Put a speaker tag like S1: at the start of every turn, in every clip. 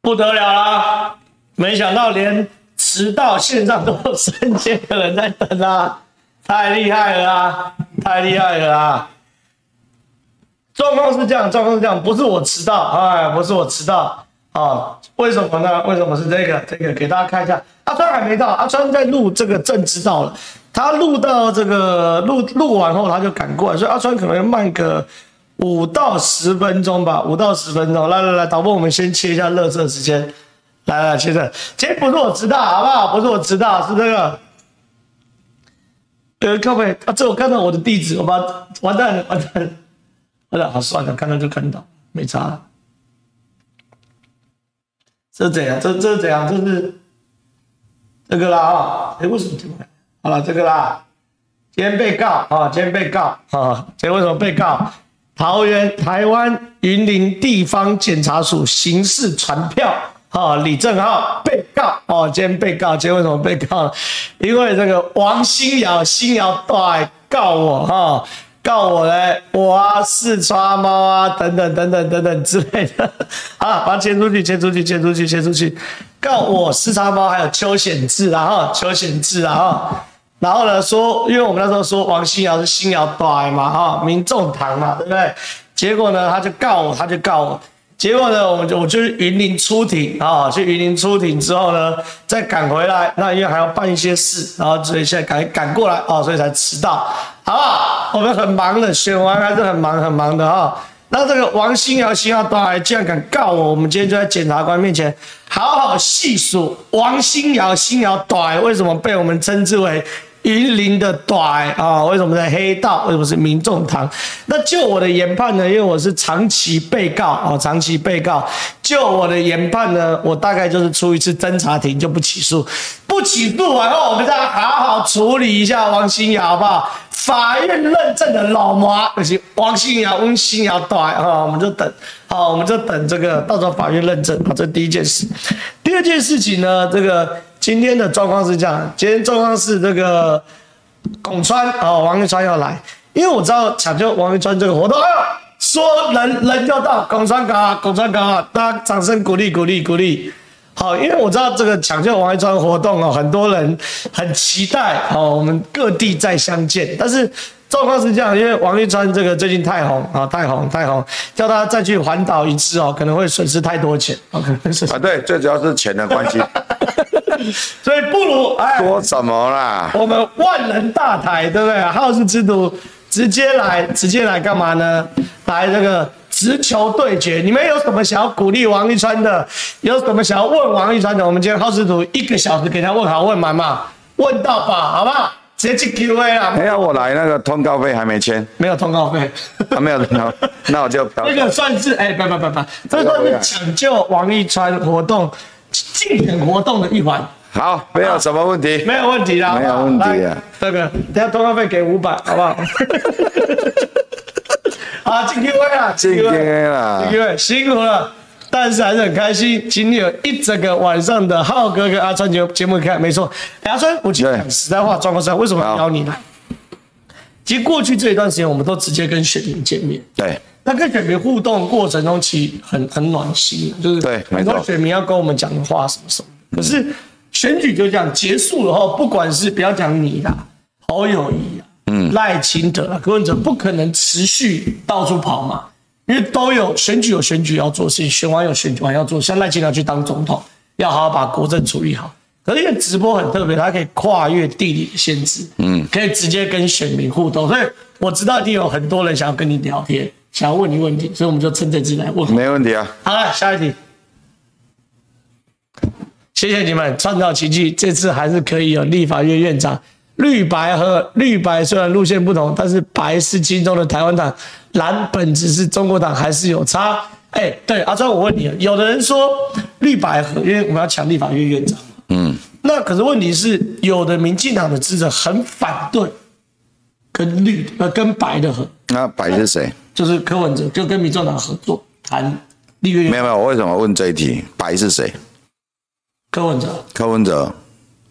S1: 不得了啦！没想到连迟到线上都有三千个人在等啊，太厉害了啊，太厉害了啊！状况是这样，状况是这样，不是我迟到，哎，不是我迟到啊，为什么呢？为什么是这个？这个给大家看一下，阿川还没到，阿川在录这个正知道了，他录到这个录录完后他就赶过来，所以阿川可能慢个五到十分钟吧，五到十分钟。来来来，导播，我们先切一下热色时间。来来，先生，今天不是我迟到，好不好？不是我迟到，是这个。呃，各位，啊，这我看到我的地址，我把完蛋了，完蛋了，完蛋了，好算了，看到就看到，没差。这是怎样？这这是怎样？这是这个啦啊！哎，为什么听不来？好了，这个啦。今天被告啊，今天被告啊，今天为什么被告？桃园、台湾、云林地方检察署刑事传票啊，李正浩被告哦，今天被告，今天为什么被告呢？因为这个王新尧，新尧来告我哈、啊告我嘞，我啊，四川猫啊，等等等等等等之类的， 好了，把它牵出去，牵出去，牵出去，牵出去，告我四川猫，还有邱显志啊哈，邱显志啊哈。然后呢，说，因为我们那时候说王新尧是新尧短嘛，哈、民众党嘛，对不对？结果呢，他就告我，他就告我。结果呢，我们就我就是云林出庭啊、去云林出庭之后呢，再赶回来。那因为还要办一些事，然后所以现在赶赶过来啊、所以才迟到，好不好？我们很忙的，选完还是很忙很忙的啊、那这个王新尧、新尧端还竟然敢告我，我们今天就在检察官面前好好细数王新尧、新尧端为什么被我们称之为云林的短啊，为什么是黑道？为什么是民众党？那就我的研判呢，因为我是长期被告啊，长期被告。就我的研判呢，我大概就是出一次侦查庭就不起诉，不起诉完后，我们再好好处理一下王新瑶，好不好？法院认证的老麻就是王新瑶、翁新瑶短啊，我们就等，好，我们就等这个到时候法院认证啊，这第一件事。第二件事情呢，这个今天的状况是这样，今天状况是这个龚川哦，王一川要来，因为我知道抢救王一川这个活动，哎呦，说人人就到，龚川搞啊，龚川搞啊，大家掌声鼓励鼓励鼓励。好，因为我知道这个抢救王一川活动哦，很多人很期待哦，我们各地再相见。但是状况是这样，因为王一川这个最近太红啊、太红太红，叫他再去环岛一次哦，可能会损失太多钱哦，可能会损失。
S2: 啊，对，最主要是钱的关系，
S1: 所以不如哎，
S2: 说什么啦？
S1: 我们万人大台，对不对？好事之徒直接来，直接来干嘛呢？来这个直球对决。你们有什么想要鼓励王一川的？有什么想要问王一川的？我们今天好事徒一个小时给他问好问满嘛，问到饱，好不好？直接进 Q&A 啦，
S2: 哎呀，我来那个通告费还没签，
S1: 没有通告费。
S2: 啊，没有，那那我就嫖
S1: 那个算是哎，不不不不，这算是抢救王一川活动竞选活动的一环。
S2: 好，没有什么问题。
S1: 没有问题啦，
S2: 没有
S1: 好不好
S2: 问题啊
S1: 来这个等下通告费给五百，啊好不好？好，进 Q A 啊，
S2: 进 Q&A 啦
S1: 进 Q A，辛苦了。但是还是很开心，今天有一整个晚上的浩哥跟阿川节节目看，没错。哎阿川，我今天
S2: 对
S1: 讲实在话，状况是这样为什么要邀你来？其实过去这一段时间，我们都直接跟选民见面，
S2: 对，
S1: 那跟选民互动过程中，其实很很暖心，就是
S2: 对
S1: 很
S2: 没
S1: 多
S2: 错
S1: 选民要跟我们讲的话什么什么。可是选举就这样结束了后，不管是不要讲你啦，侯友谊啊，嗯，赖清德啊，柯文哲不可能持续到处跑嘛，因为都有选举有选举要做的事情，选完有选举完要做，像赖清德去当总统，要好好把国政处理好。可是因为直播很特别，它可以跨越地理的限制，嗯，可以直接跟选民互动，所以我知道一定有很多人想要跟你聊天，想要问你问题，所以我们就趁这次来问。
S2: 没问题啊。
S1: 好了，下一题。谢谢你们创造奇迹，这次还是可以有立法院院长。绿白和绿白虽然路线不同，但是白是心中的台湾党，蓝本质是中国党，还是有差。哎，对，阿川，我问你，有的人说绿白和，因为我们要抢立法院院长，嗯，那可是问题是，有的民进党的支持者很反对跟绿呃跟白的和，
S2: 那白是谁？
S1: 就是柯文哲就跟民众党合作谈立院
S2: 没
S1: 院
S2: 有没有，我为什么问这一题？白是谁？
S1: 柯文哲，
S2: 柯文哲、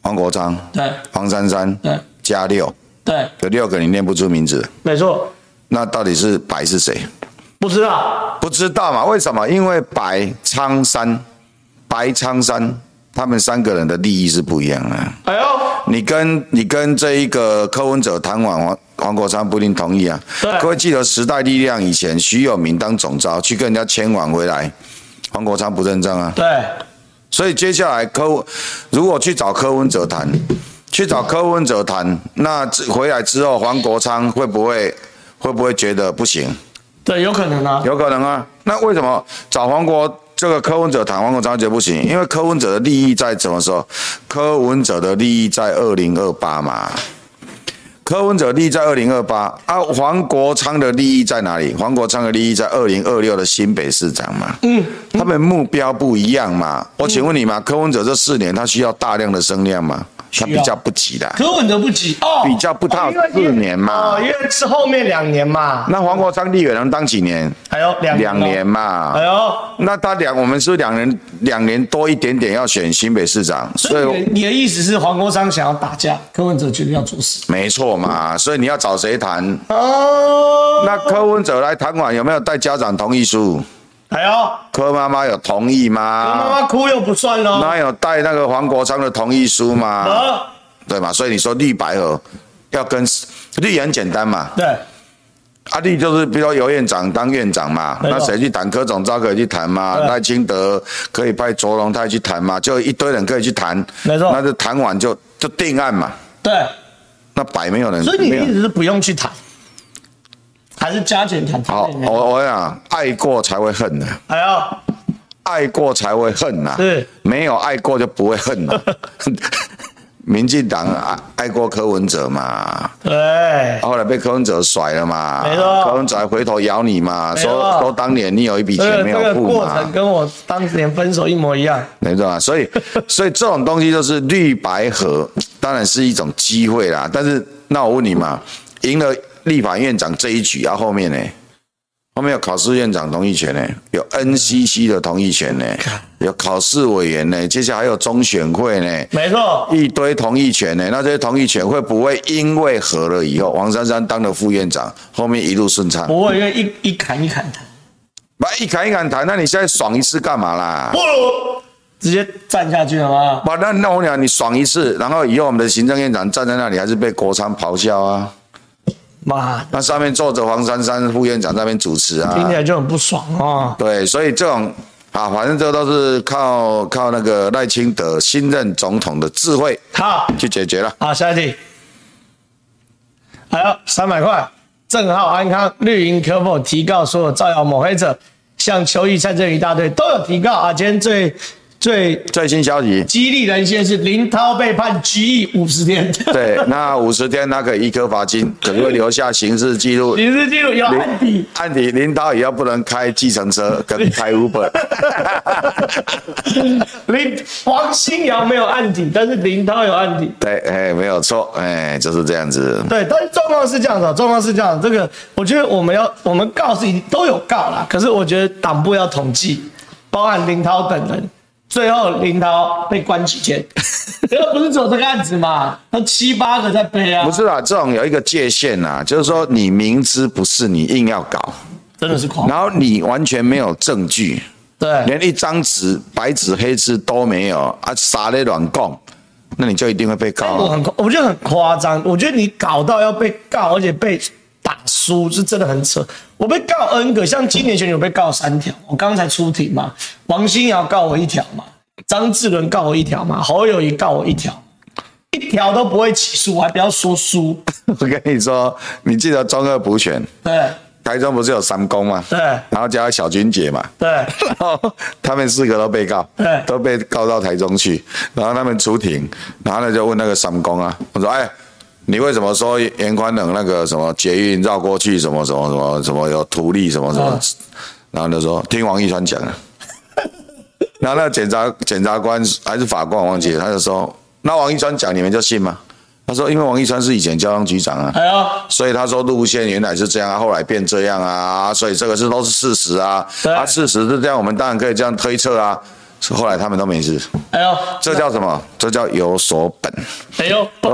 S2: 黄国昌、
S1: 对
S2: 黄珊珊
S1: 对
S2: 加六，
S1: 对，
S2: 有六个你念不出名字，
S1: 没错，
S2: 那到底是白是谁？
S1: 不知道，
S2: 不知道嘛？为什么？因为白苍山，白苍山，他们三个人的利益是不一样的。啊
S1: 哎呦，
S2: 你跟你跟这一个柯文哲谈完，黄黄国昌不一定同意啊
S1: 对。
S2: 各位记得时代力量以前徐有明当总召去跟人家签完回来，黄国昌不认账啊。
S1: 对，
S2: 所以接下来柯文如果去找柯文哲谈，去找柯文哲谈，那之回来之后黄国昌会不会会不会觉得不行？
S1: 对，有可能啊，
S2: 有可能啊。那为什么找黄国这个柯文哲谈黄国昌觉得不行？因为柯文哲的利益在什么时候？柯文哲的利益在二零二八嘛。柯文哲利益在二零二八啊，黄国昌的利益在哪里？黄国昌的利益在二零二六的新北市长嘛。嗯，他们目标不一样嘛。我请问你嘛，柯文哲这四年他需要大量的声量嘛？他比
S1: 需
S2: 较
S1: 要
S2: 不急的。
S1: 柯文哲不急哦，
S2: 比较不到
S1: 哦因为
S2: 四年嘛
S1: 哦，因为是后面两年嘛，
S2: 那黄国昌立委能当几年？
S1: 还有两
S2: 两
S1: 哦
S2: 年，嘛。
S1: 哎呦，
S2: 那他两，我们是两年两年多一点点要选新北市长，所
S1: 所以
S2: 以
S1: 你的意思是黄国昌想要打架，柯文哲决定要做事
S2: 没错嘛，所以你要找谁谈？
S1: 哦，
S2: 那柯文哲来谈完有没有带家长同意书？
S1: 哎呦，柯
S2: 柯妈妈有同意
S1: 妈
S2: 吗？
S1: 妈哭又不算喽，
S2: 那有带那个黄国昌的同意书吗？
S1: 呃，
S2: 对嘛？所以你说绿白合要跟绿也很简单嘛，
S1: 对，
S2: 阿弟就是，比如说尤院长当院长嘛，
S1: 没错
S2: 那谁去谈？柯总召可以去谈嘛？
S1: 对
S2: 赖清德可以派卓龙泰去谈嘛？就一堆人可以去谈，
S1: 没错
S2: 那就谈完就就定案嘛。
S1: 对，
S2: 那摆没有人，
S1: 所以你
S2: 没有
S1: 的意思是不用去谈，还是加减谈？
S2: 好，我我想爱过才会恨呢、
S1: 哎呦，
S2: 爱过才会恨呐、
S1: 是
S2: 没有爱过就不会 恨了、民进党爱爱过柯文哲嘛，
S1: 对，
S2: 后来被柯文哲甩了嘛，
S1: 没错
S2: 柯文哲还回头咬你嘛，
S1: 没错
S2: 说说当年你有一笔
S1: 这
S2: 钱
S1: 个
S2: 没
S1: 这
S2: 有
S1: 个
S2: 付
S1: 过
S2: 嘛，
S1: 程跟我当年分手一模一样，
S2: 没错啊，所以 所以这种东西就是绿白合，当然是一种机会啦。但是那我问你嘛，赢了立法院长这一局，啊后面呢？后面有考试院长同意权呢，有 NCC 的同意权呢，有考试委员呢，接下来还有中选会呢，
S1: 没错，
S2: 一堆同意权呢。那这些同意权会不会因为合了以后，王珊珊当了副院长，后面一路顺畅？
S1: 不会，因为一一砍一砍谈，
S2: 把一砍一砍谈，那你现在爽一次干嘛啦？
S1: 不如直接站下去了吗？
S2: 把那那我讲，你爽一次，然后以后我们的行政院长站在那里，还是被国昌咆哮啊？
S1: 妈的，
S2: 那上面坐着黄珊珊副院长在那边主持
S1: 听
S2: 啊
S1: 起？来就很不爽哦。
S2: 对，所以这种啊，反正这都是靠靠那个赖清德新任总统的智慧
S1: 好，
S2: 去解决了。
S1: 好，下一题。还有三百块，郑浩、安康、绿营可否提告所有造谣抹黑者？像邱毅、蔡振宇一大队都有提告啊。今天最最
S2: 最新消息，
S1: 激励人心的是林涛被判拘役五十天，
S2: 对，那五十天他可以一颗罚金，可能会留下刑事记 录。
S1: 刑事记录有案底。
S2: 按理林涛以后不能开计程车跟开 Uber，
S1: 林黄新尧没有案底，但是林涛有案底。
S2: 对，哎，没有错，哎，就是这样子。
S1: 对，但是状况是这样子哦，状况是这样。这个我觉得我们要，我们告是一定都有告啦，可是我觉得党部要统计，包含林涛等人，最后林涛被关几天？ 这不是只有这个案子嘛？他七八个在背啊，
S2: 不是啦，这种有一个界限啦，就是说你明知不是你硬要搞，
S1: 真的是狂。
S2: 然后你完全没有证据，
S1: 对，
S2: 连一张纸、白纸黑字都没有啊，撒咧乱供，那你就一定会被告
S1: 哎我
S2: 啊。
S1: 很，我觉得很夸张。我觉得你搞到要被告，而且被打输，是真的很扯。我被告 N 个，像今年选举我被告三条，我刚才出庭嘛，王新尧告我一条嘛，张志伦告我一条嘛，侯友谊告我一条，一条都不会起诉，我还不要说输。
S2: 我跟你说，你记得中二补选，
S1: 对
S2: 台中不是有三公吗？
S1: 对
S2: 然后加小军姐嘛，
S1: 对
S2: 然后他们四个都被告
S1: 对，
S2: 都被告到台中去，然后他们出庭，然后呢就问那个三公啊，我说哎。你为什么说严宽冷那个什么捷运绕过去什么什么什么什么有图利什么什么
S1: 嗯？
S2: 然后就说听王一川 讲啊，然后那个检察检察官还是法官我忘记了，他就说那王一川讲你们就信吗？他说因为王一川是以前交通局长啊，
S1: 哎呦，
S2: 所以他说路线原来是这样啊，后来变这样啊，所以这个是都是事实啊。
S1: 对
S2: 啊，事实是这样，我们当然可以这样推测啊。是后来他们都没事，
S1: 哎呦，
S2: 这叫什么？这叫有所本。
S1: 哎呦，
S2: 而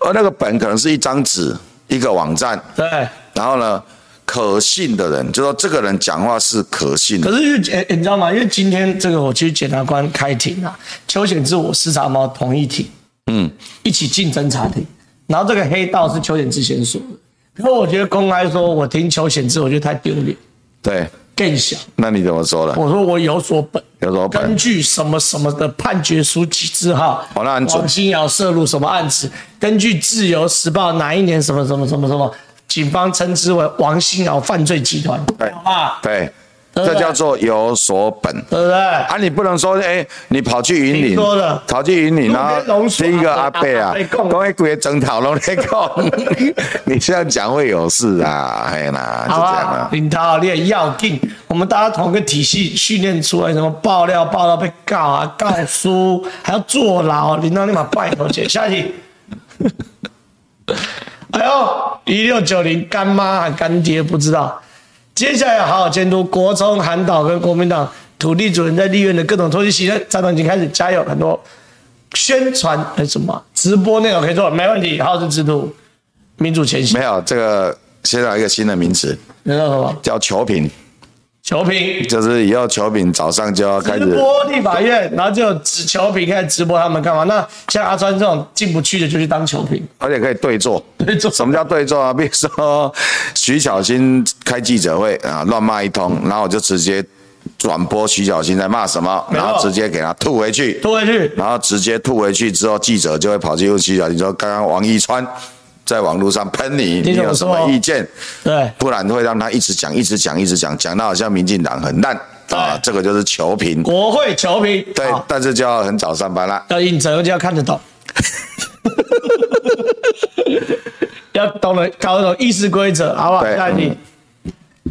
S2: 而那个本可能是一张纸、一个网站，
S1: 对
S2: 然后呢，可信的人，就说这个人讲话是可信的
S1: 可。是因为诶你知道吗？因为今天这个我去检察官开庭啊，邱显志我视察猫同一庭，
S2: 嗯，
S1: 一起进侦查庭，然后这个黑道是邱显志先说的，然后我觉得公开说我听邱显志，我觉得太丢脸，
S2: 对，
S1: 更想
S2: 那你怎么说了？
S1: 我说我有所本，
S2: 有所本
S1: 根据什么什么的判决书几字号，
S2: 哦那很准
S1: 王新尧涉入什么案子，根据《自由时报》哪一年什么什么什么什么，警方称之为王新尧犯罪集团，
S2: 对
S1: 好吧，
S2: 对，
S1: 对
S2: 这叫做有所本。
S1: 对不对？
S2: 啊，你不能说，哎、你跑去云
S1: 你
S2: 林
S1: 说的，
S2: 跑去云林，
S1: 路边
S2: 然后
S1: 榕树
S2: 第一个阿
S1: 阿伯
S2: 伯啊
S1: 阿伯，讲
S2: 讲迄鬼整头拢在讲， 你这样讲会有事啊，哎啦，就
S1: 好
S2: 这样
S1: 吧
S2: 啊，，
S1: 林涛，你也要定，我们大家同个体系训练出来，什么爆料、爆料被告啊、告输，还要坐牢。林涛立马拜托姐，下一题。 哎呦，一六九零干妈还干爹不知道。接下来要好好监督国中、韩导跟国民党土地主人在立院的各种拖戏行动，战斗已经开始加油，很多宣传呃什么直播内容可以做，没问题。好事之徒，民主前行
S2: 没，有这个。现在有一个新的名词
S1: 你知道什么？
S2: 叫球评，
S1: 求平。
S2: 就是以后球评早上就要开
S1: 直
S2: 始，
S1: 播立法院，然后就有指球评开始直播他们干嘛？那像阿川这种进不去的，就去当球评。
S2: 而且可以对坐。
S1: 对做
S2: 什么叫对坐啊？ 比如说徐小新开记者会啊，乱骂一通，然后我就直接转播徐小新在骂什么，
S1: 没
S2: 然
S1: 错
S2: 后直接给他吐回去。
S1: 拖回去，
S2: 然后直接吐回去之后，记者就会跑去问徐小新说：“刚刚王一川在网络上喷你，你
S1: 你怎么
S2: 有什
S1: 说
S2: 么意见？”
S1: 对，
S2: 不然会让他一直讲，一直讲，一直讲，讲到好像民进党很烂啊
S1: 对，
S2: 这个就是求评。
S1: 国会球评，
S2: 对
S1: 好，
S2: 但是就要很早上班啦。
S1: 要应征，就要看得 懂，要懂得搞懂议事规则，好不好？
S2: 对
S1: 下一题。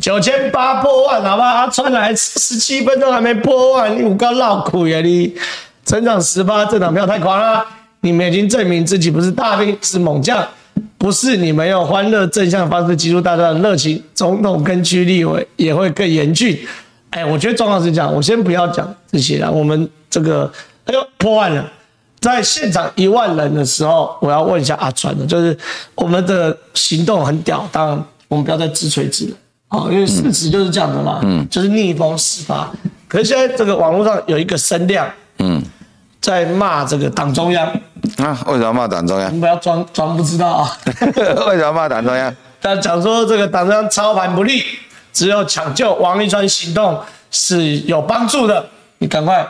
S1: 九千八破万，好不好？阿川来十七分钟还没破万，你五个闹苦呀你！成长十八，政党票太狂了。你们已经证明自己不是大兵，是猛将，不是你们用欢乐正向方式激出大家的热情。总统跟区立委也会更严峻。哎，我觉得状况是这样，我先不要讲这些了。我们这个哎呦破万了，在现场一万人的时候，我要问一下阿川的，就是我们的行动很屌，当然我们不要再自吹自擂啊、哦，因为事实就是这样的嘛，嗯，就是逆风四发。可是现在这个网络上有一个声量，
S2: 嗯，
S1: 在骂这个党中央，
S2: 啊，为什么骂党中央
S1: 你？们不要装装不知道啊，
S2: 为什么骂党中央？
S1: 但讲说这个党中央操盘不力，只有抢救王一川行动是有帮助的。你赶快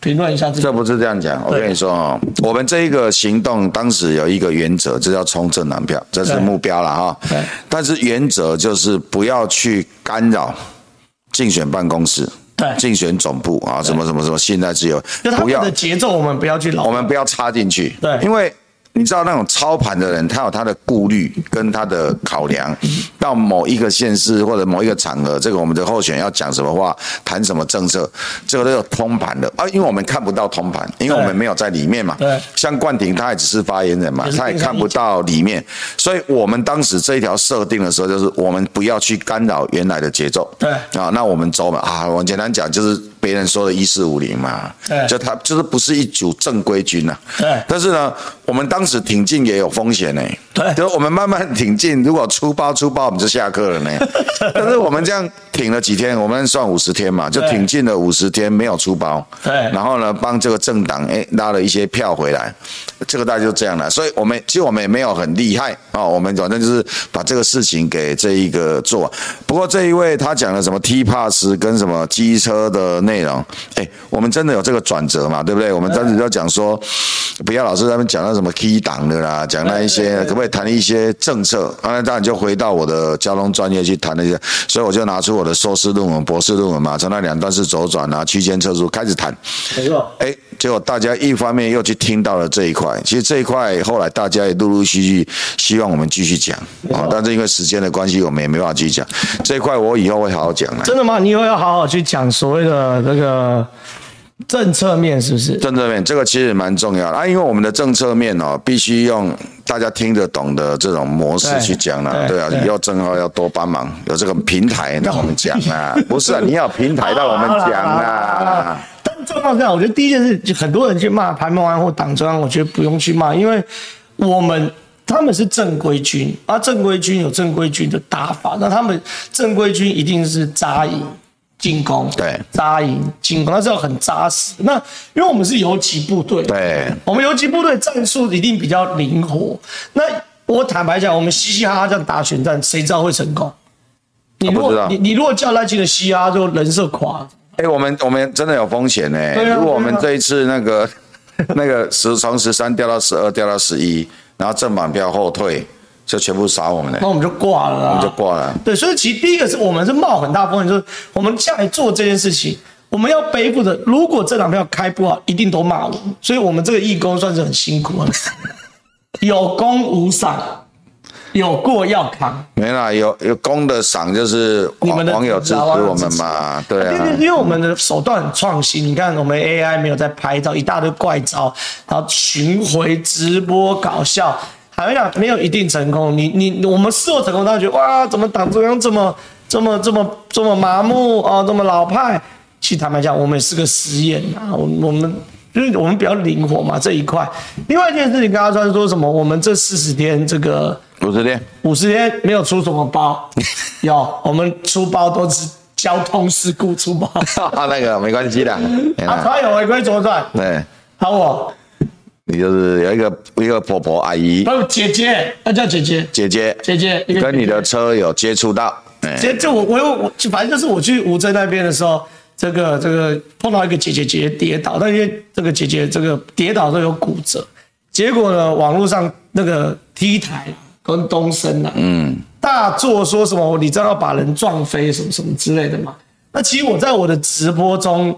S1: 评论一下这
S2: 这
S1: 个，
S2: 不是这样讲，我
S1: 对
S2: 跟你说哦，我们这一个行动当时有一个原则，这叫冲正南票，这是
S1: 对
S2: 目标了哈
S1: 对。
S2: 但是原则就是不要去干扰竞选办公室、
S1: 对
S2: 竞选总部啊，什么什么什么信赖自由
S1: 就，他
S2: 不
S1: 们
S2: 要
S1: 的节奏我们不要去
S2: 我
S1: 老，
S2: 们不要插进去，
S1: 对
S2: 因为。你知道那种操盘的人，他有他的顾虑跟他的考量，
S1: 嗯
S2: 到某一个县市或者某一个场合，这个我们的候选要讲什么话，谈什么政策，这个都有通盘的啊，因为我们看不到通盘，因为我们没有在里面嘛。
S1: 对
S2: 像冠廷他也只是发言人嘛
S1: 也，是
S2: 他也
S1: 冰山
S2: 看不到里面，所以我们当时这一条设定的时候，就是我们不要去干扰原来的节奏。
S1: 对
S2: 啊，那我们走嘛啊，我简单讲就是别人说的“一四五零”嘛，
S1: 对
S2: 就他就是不是一组正规军呐、
S1: 对
S2: 但是呢，我们当时挺进也有风险呢、
S1: 对
S2: 就是我们慢慢挺进，如果出包出包，我们就下课 了呢、但是我们这样挺了几天，我们算五十天嘛，就
S1: 对
S2: 挺进了五十天，没有出包。
S1: 对
S2: 然后呢，帮这个政党哎拉了一些票回来，这个大概就这样了。所以我们其实我们也没有很厉害啊、哦，我们反正就是把这个事情给这一个做。不过这一位他讲了什么 T pass 跟什么机车的内容，哎，我们真的有这个转折嘛，对不对？我们当时就讲说，不要老是他们讲到什么 Key 档的啦，讲那一些可不可以谈一些政策？啊，那当然就回到我的交通专业去谈了一下，所以我就拿出我的硕士论文、博士论文嘛，从那两段式左转啊、区间测速开始谈。
S1: 没错，
S2: 哎，结果大家一方面又去听到了这一块，其实这一块后来大家也陆陆续续希望我们继续讲啊，但是因为时间的关系，我们也没办法继续讲这一块，我以后会好好讲啊的。
S1: 真的吗？你以后要好好去讲所谓的这个政策面，是不是？
S2: 政策面这个其实蛮重要的啊，因为我们的政策面哦，必须用大家听得懂的这种模式
S1: 对
S2: 去讲啦。
S1: 对
S2: 对啊，
S1: 对
S2: 以后正浩要多帮忙，有这个平台让我们讲 啊。不是啊，你要有平台让我们讲
S1: 好啦好啦好
S2: 啊
S1: 啦。但状况是这样，我觉得第一件事，就很多人去骂潘孟安或党中央，我觉得不用去骂，因为我们他们是正规军啊，正规军有正规军的打法，那他们正规军一定是扎营进攻，
S2: 对
S1: 扎营进攻，那是要很扎实。那因为我们是游击部队，
S2: 对，
S1: 我们游击部队战术一定比较灵活。那我坦白讲，我们嘻嘻哈哈这样打选战，谁知道会成功？你如
S2: 啊不知
S1: 果
S2: 道
S1: 你你如果叫赖清德嘻哈，就人设垮了。
S2: 哎、我们我们真的有风险呢、
S1: 对啊
S2: 如果我们
S1: 对啊
S2: 这一次那个 那个十从十三掉到十二，掉到十一，然后正反票后退，就全部杀我们呢、
S1: 那我们就挂了啦，我啊
S2: 就挂了。
S1: 对，所以其实第一个是我们是冒很大风险，就是我们下来做这件事情，我们要背负着，如果这两票开不好，一定都骂我们。所以我们这个义工算是很辛苦 了，有功无赏，有过要扛。
S2: 没啦，有有功的赏就是
S1: 你们
S2: 网
S1: 的
S2: 网友支持我们嘛，对
S1: 对
S2: 啊
S1: 对，，因为我们的手段很创新，你看我们 AI 没有在拍照，一大堆怪招，然后巡回直播搞笑，还会讲没有一定成功。你你我们事后成功，大家觉得哇，怎么党中央这么这么这么这么麻木哦，这么老派？其实坦白讲，我们也是个实验啊，我们我们。就是我们比较灵活嘛这一块，另外一件事情，刚刚说说什么？我们这四十天这个
S2: 五十天，
S1: 五十天没有出什么包，有我们出包都是交通事故出包。
S2: 那个没关系的，没
S1: 啊，
S2: 啦，
S1: 他有违规左转，
S2: 对，
S1: 好我
S2: 你就是有一个一个婆婆阿姨
S1: 不姐姐，要叫姐姐，
S2: 姐姐
S1: 姐姐一个
S2: 跟你
S1: 姐
S2: 的车有接触到，哎，
S1: 姐，就我我有我反正就是我去吴镇那边的时候，这个这个碰到一个姐姐姐姐跌倒，但因为这个姐姐这个跌倒都有骨折，结果呢，网络上那个 T 台跟东升啊，嗯，大作说什么你这样要把人撞飞什么什么之类的嘛。那其实我在我的直播中，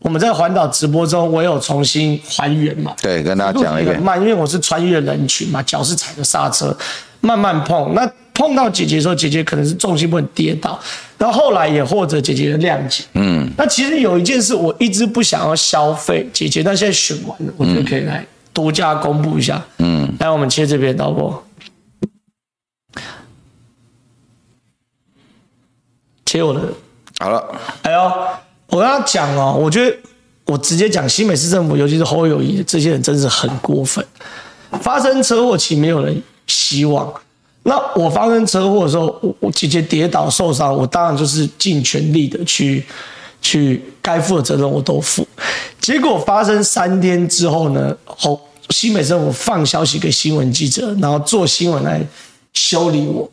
S1: 我们在环岛直播中，我有重新还原嘛，
S2: 对，跟大家讲一
S1: 路
S2: 遍
S1: 很，慢，因为我是穿越人群嘛，脚是踩着刹车，慢慢碰。那碰到姐姐的时候，姐姐可能是重心不稳跌倒，然后后来也获得姐姐的谅解。嗯，那其实有一件事我一直不想要消费姐姐，但现在选完了，我觉得可以来独家公布一下。嗯，来我们切这边，导播，切我的。
S2: 好了，
S1: 哎呦，我跟他讲哦，我觉得我直接讲新北市政府，尤其是侯友谊这些人，真是很过分。发生车祸，其实没有人希望。那我发生车祸的时候，我我姐姐跌倒受伤，我当然就是尽全力的去去该负的责任我都负。结果发生三天之后呢，侯新北政府放消息给新闻记者，然后做新闻来修理我。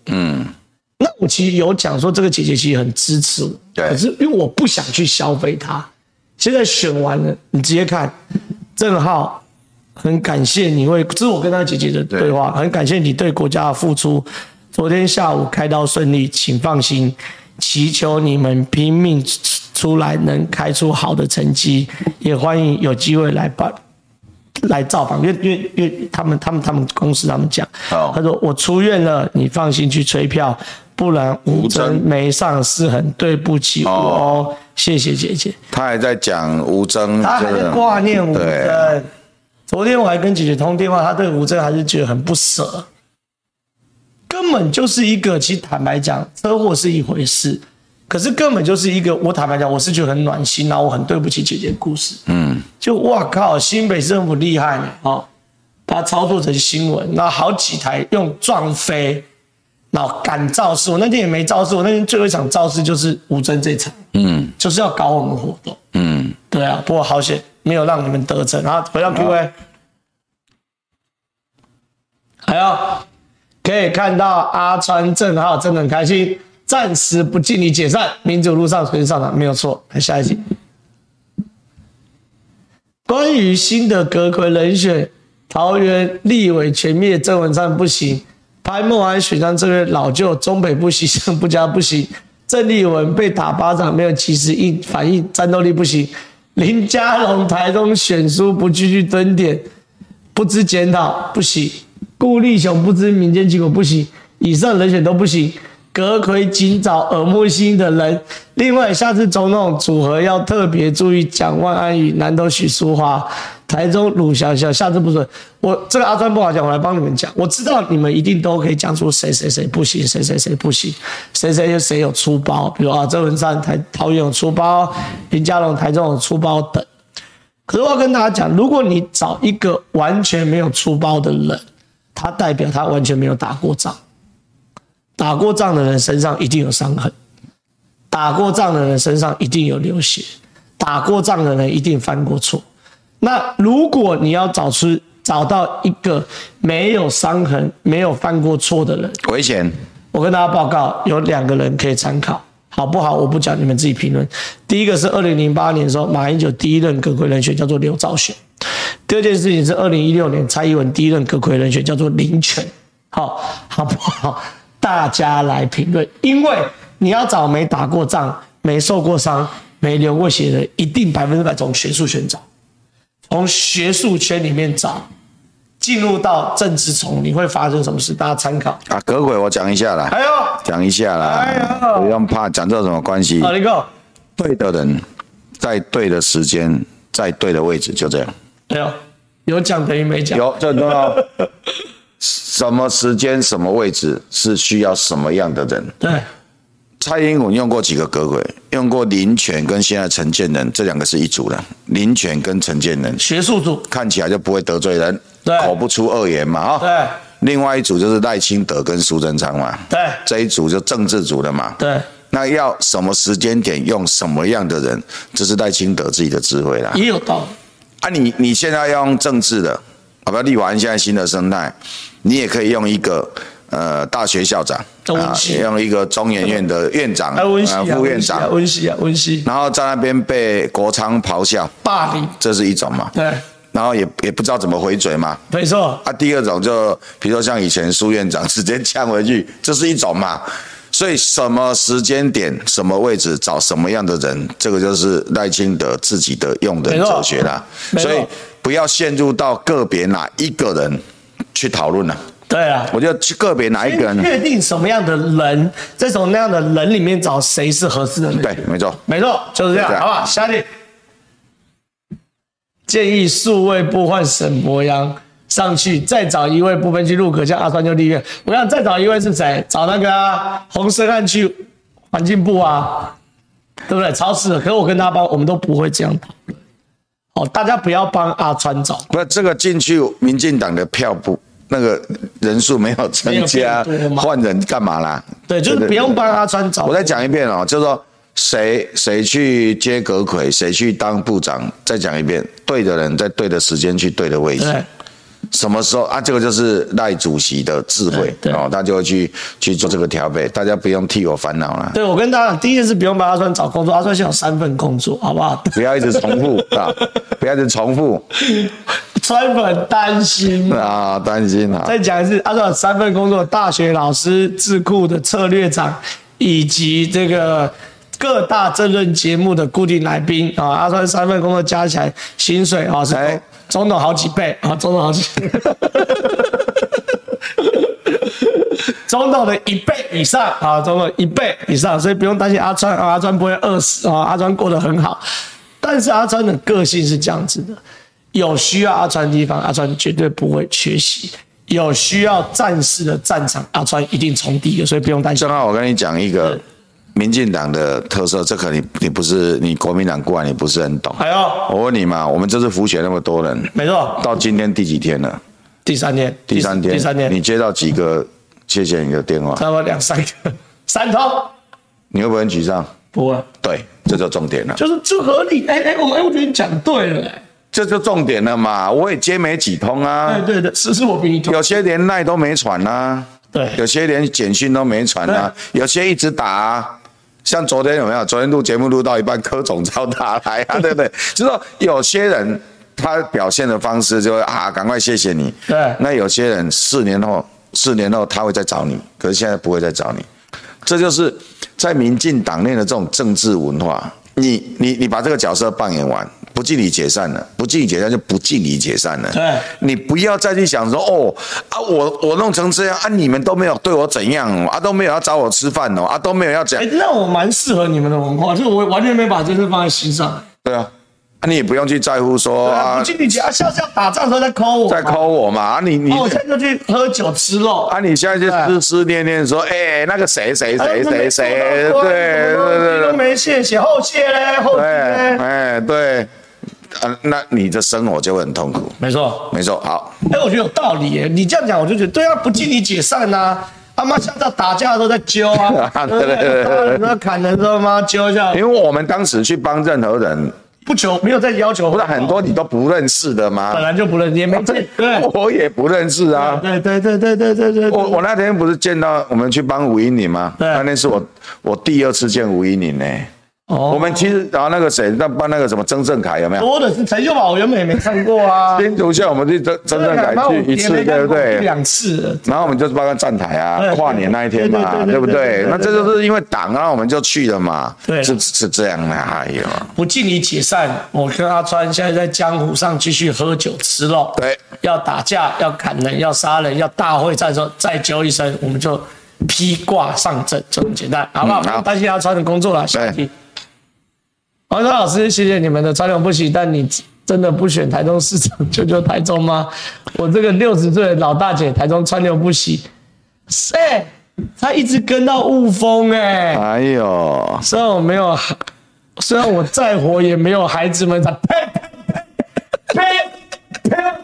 S1: 那我其实有讲说，这个姐姐其实很支持我，
S2: 对
S1: 可是因为我不想去消费她。现在选完了，你直接看，郑浩，很感谢你为，这是我跟他姐姐的对话，很感谢你对国家的付出。昨天下午开刀顺利，请放心，祈求你们拼命出来，能开出好的成绩，也欢迎有机会来办来造访，因为因为因为他们他们他们公司他们讲，
S2: 好
S1: 他说我出院了，你放心去催票，不然吴真
S2: 真
S1: 没上是很对不起我哦，谢谢姐姐，
S2: 他还在讲吴征，
S1: 他还
S2: 这
S1: 在
S2: 个
S1: 挂念吴
S2: 对
S1: 真。嗯昨天我还跟姐姐通电话，她对吴真还是觉得很不舍，根本就是一个，其实坦白讲，车祸是一回事。可是根本就是一个，我坦白讲，我是觉得很暖心，然后我很对不起姐姐的故事。嗯，就哇靠，新北市政府厉害呢，哦，把它操作成新闻，那好几台用撞飞，然后赶造势。我那天也没造势，我那天最后一场造势就是吴征这场，嗯，就是要搞我们活动，嗯，对啊，不过好险没有让你们得逞。然后回到 Q&A，还有哎可以看到阿川正浩真的很开心，暂时不尽力解散，民主路上随时上场，没有错。来下一集。关于新的阁魁人选，桃园立委全灭郑文灿不行，潘孟安选上这位老旧中北部牺牲不加不行，郑丽文被打巴掌没有及时应反应，战斗力不行，林佳龙台中选书不继续蹲点，不知检讨不行，顾立雄不知民间疾苦不行，以上人选都不行。葛魁尽找耳目新的人。另外，下次总统组合要特别注意蒋万安与南投许淑华、台中鲁小小。下次不准我这个阿川不好讲，我来帮你们讲。我知道你们一定都可以讲出谁谁谁不行，谁谁谁不行，谁谁谁有出包，比如啊周文山台桃园有出包，林佳龙台中有出包等。可是我要跟大家讲，如果你找一个完全没有出包的人，他代表他完全没有打过仗。打过仗的人身上一定有伤痕，打过仗的人身上一定有流血，打过仗的人一定犯过错。那如果你要找出找到一个没有伤痕、没有犯过错的人，
S2: 危险，
S1: 我跟大家报告，有两个人可以参考，好不好？我不讲，你们自己评论。第一个是二零零八年的时候，马英九第一任阁魁人选叫做刘兆玄；第二件事情是二零一六年蔡英文第一任阁魁人选叫做林权。好，好不好？大家来评论，因为你要找没打过仗、没受过伤、没流过血的，一定百分之百从学术圈找，从学术圈里面找。进入到政治丛林会发生什么事？大家参考。
S2: 啊，隔鬼我讲一下啦，
S1: 还有，
S2: 讲一下
S1: 哎
S2: 啦，
S1: 呦
S2: 不用怕，讲这有什么关系？
S1: 好，你 go。
S2: 对的人，在对的时间，在对的位置，就这样。
S1: 没有，有讲等于没讲。
S2: 有，这很重要。 什么时间、什么位置是需要什么样的人？
S1: 对，
S2: 蔡英文用过几个阁鬼？用过林权跟现在陈建仁这两个是一组的，林权跟陈建仁
S1: 学术组
S2: 看起来就不会得罪人，
S1: 对
S2: 口不出恶言嘛，啊、
S1: 对
S2: 另外一组就是赖清德跟苏贞昌嘛，
S1: 对
S2: 这一组就政治组的嘛，
S1: 对，
S2: 那要什么时间点用什么样的人，这是赖清德自己的智慧啦。
S1: 也有道理。
S2: 啊你，你现在要用政治的，好吧？立法院现在新的生态，你也可以用一个呃大学校长啊
S1: 中文系
S2: 用一个中研院的院长、
S1: 哎，温习
S2: 呃
S1: 啊，
S2: 副院
S1: 温习啊，
S2: 长，
S1: 温习啊，温习。
S2: 然后在那边被国昌咆哮，
S1: 霸凌，
S2: 这是一种嘛？
S1: 对，
S2: 然后也也不知道怎么回嘴嘛。
S1: 没错，
S2: 啊，第二种就比如说像以前苏院长直接呛回去，这是一种嘛。所以什么时间点、什么位置找什么样的人，这个就是赖清德自己的用人
S1: 没错
S2: 哲学啦。
S1: 没错
S2: 所以不要陷入到个别哪一个人去讨论了。
S1: 对啊。
S2: 我觉得去个别哪一个人，
S1: 确定什么样的人，在什么样的人里面找谁是合适的人？
S2: 对，没错。
S1: 没错，就是这样，
S2: 就这样
S1: 好不好？下题。建议数位部换沈博阳上去，再找一位部分去入阁，像阿川就立院。我想再找一位是谁？找那个啊、洪胜汉去环境部啊，对不对？超市。可是我跟他帮，我们都不会这样讨论。哦，大家不要帮阿川找，
S2: 不，这个进去民进党的票不那个人数没有增加
S1: 没有变多，嘛
S2: 换人干嘛啦？
S1: 对，就是不用帮阿川找。
S2: 我再讲一遍哦，就是说谁谁去接葛魁，谁去当部长，再讲一遍，对的人在对的时间去对的位置
S1: 对，
S2: 什么时候啊？这个就是赖主席的智慧
S1: 对对
S2: 哦，他就会去去做这个调配，大家不用替我烦恼了。
S1: 对，我跟大家讲，第一件事不用帮阿川找工作，阿川现在有三份工作，好不好？
S2: 不要一直重复啊！不要一直重复
S1: 川粉担心。
S2: 啊！担心啊！
S1: 再讲一次，阿壮三份工作：大学老师、智库的策略长，以及这个各大政论节目的固定来宾啊。阿川三份工作加起来，薪水啊是
S2: 哎
S1: 总总统好几倍啊，总统好几倍， 总统的一倍以上啊，总统一倍以上，所以不用担心阿川啊，阿川不会饿死啊，阿川过得很好。但是阿川的个性是这样子的，有需要阿川的地方，阿川绝对不会缺席；有需要战士的战场，阿川一定冲第一个，所以不用担心。
S2: 正好我跟你讲一个民进党的特色，这可你你不是你国民党过来你不是很懂。
S1: 还有，
S2: 我问你嘛，我们这次浮选那么多人，
S1: 哎没错，
S2: 到今天第几天了？
S1: 第三天，
S2: 第三天，
S1: 第三天，
S2: 你接到几个谢谢你的电话？
S1: 差不多两三个，三通
S2: 你会不会很沮丧？
S1: 不会，
S2: 对，这就重点了，
S1: 就是就合理。哎哎，我哎，我觉得你讲对了、哎
S2: 这就重点了嘛。我也接没几通啊
S1: 对，对对，是是我比你懂。
S2: 有些连赖都没传啊，
S1: 对
S2: 有些连简讯都没传啊，有些一直打啊。像昨天有没有？昨天录节目录到一半，柯总召打来 啊，对不对？就是说有些人他表现的方式就会啊，赶快谢谢你。
S1: 对
S2: 那有些人四年后，四年后他会再找你，可是现在不会再找你。这就是在民进党内的这种政治文化。你你你把这个角色扮演完，不敬礼解散了，不敬礼解散就不敬礼解散了。
S1: 对
S2: 你不要再去想说哦啊，我我弄成这样啊，你们都没有对我怎样哦，啊都没有要找我吃饭哦，啊都没有要讲
S1: 哎，，那我蛮适合你们的文化，就是我完全没把这事放在心上。
S2: 对啊，啊你也不用去在乎说
S1: 啊，
S2: 啊
S1: 不，进你家，下次要打仗的时候再 call 我嘛。
S2: 在抠我嘛，啊你你
S1: 哦，我现在就去喝酒吃肉。
S2: 啊你现在就思思念念说，哎那个谁谁谁谁谁，对对对
S1: 都
S2: 对。
S1: 没谢谢，后谢嘞，后谢
S2: 对，
S1: 嘞，
S2: 哎，对，啊，那你的生活就会很痛苦。
S1: 没错。
S2: 没错，好，，
S1: 哎、我觉得有道理耶，你这样讲我就觉得对啊，不尽力解散呐、啊。他妈像在打架的时候在揪啊 对不
S2: 对对
S1: 对？
S2: 对对
S1: 当然那砍人的时候妈揪一下，
S2: 因为我们当时去帮任何人，
S1: 不求没有在要求，
S2: 不是很多你都不认识的吗
S1: 本？来就不认识，也没见对。
S2: 我也不认识啊。
S1: 对对对对对对对，
S2: 我我那天不是见到我们去帮吴英玲吗？
S1: 嗯对
S2: 那天是我我第二次见吴英玲呢、
S1: 哦哦
S2: 我们其实然后那个谁，那帮那个什么曾正凯有没有？。
S1: 多的是陈秀宝，我原本也没看过啊
S2: 新竹县我们去曾曾正凯去一次，对不
S1: 一
S2: 对？
S1: 两次了，
S2: 然后我们就是帮他站台啊，
S1: 对
S2: 跨年那一天
S1: 对对
S2: 嘛，对
S1: 对对
S2: 不
S1: 对对
S2: 对
S1: 对？
S2: 那这就是因为党，啊然后我们就去了嘛，
S1: 对
S2: 是是是这样的，哎呦，
S1: 不尽力解散。我跟阿川现在在江湖上继续喝酒吃肉，
S2: 对，
S1: 要打架，要砍人，要杀人，要大会战的时候再揪一声，我们就披挂上阵，就这么简单，好不好？
S2: 嗯
S1: 不
S2: 好
S1: 用担心阿川的工作了，下一
S2: 对
S1: 题。黄川老师，谢谢你们的川流不息，但你真的不选台中市长，救救台中吗？我这个六十岁的老大姐，台中川流不息，哎、她一直跟到雾峰、哎、
S2: 哎呦，
S1: 虽然我没有，虽然我再活也没有孩子们 的，呸呸呸呸呸！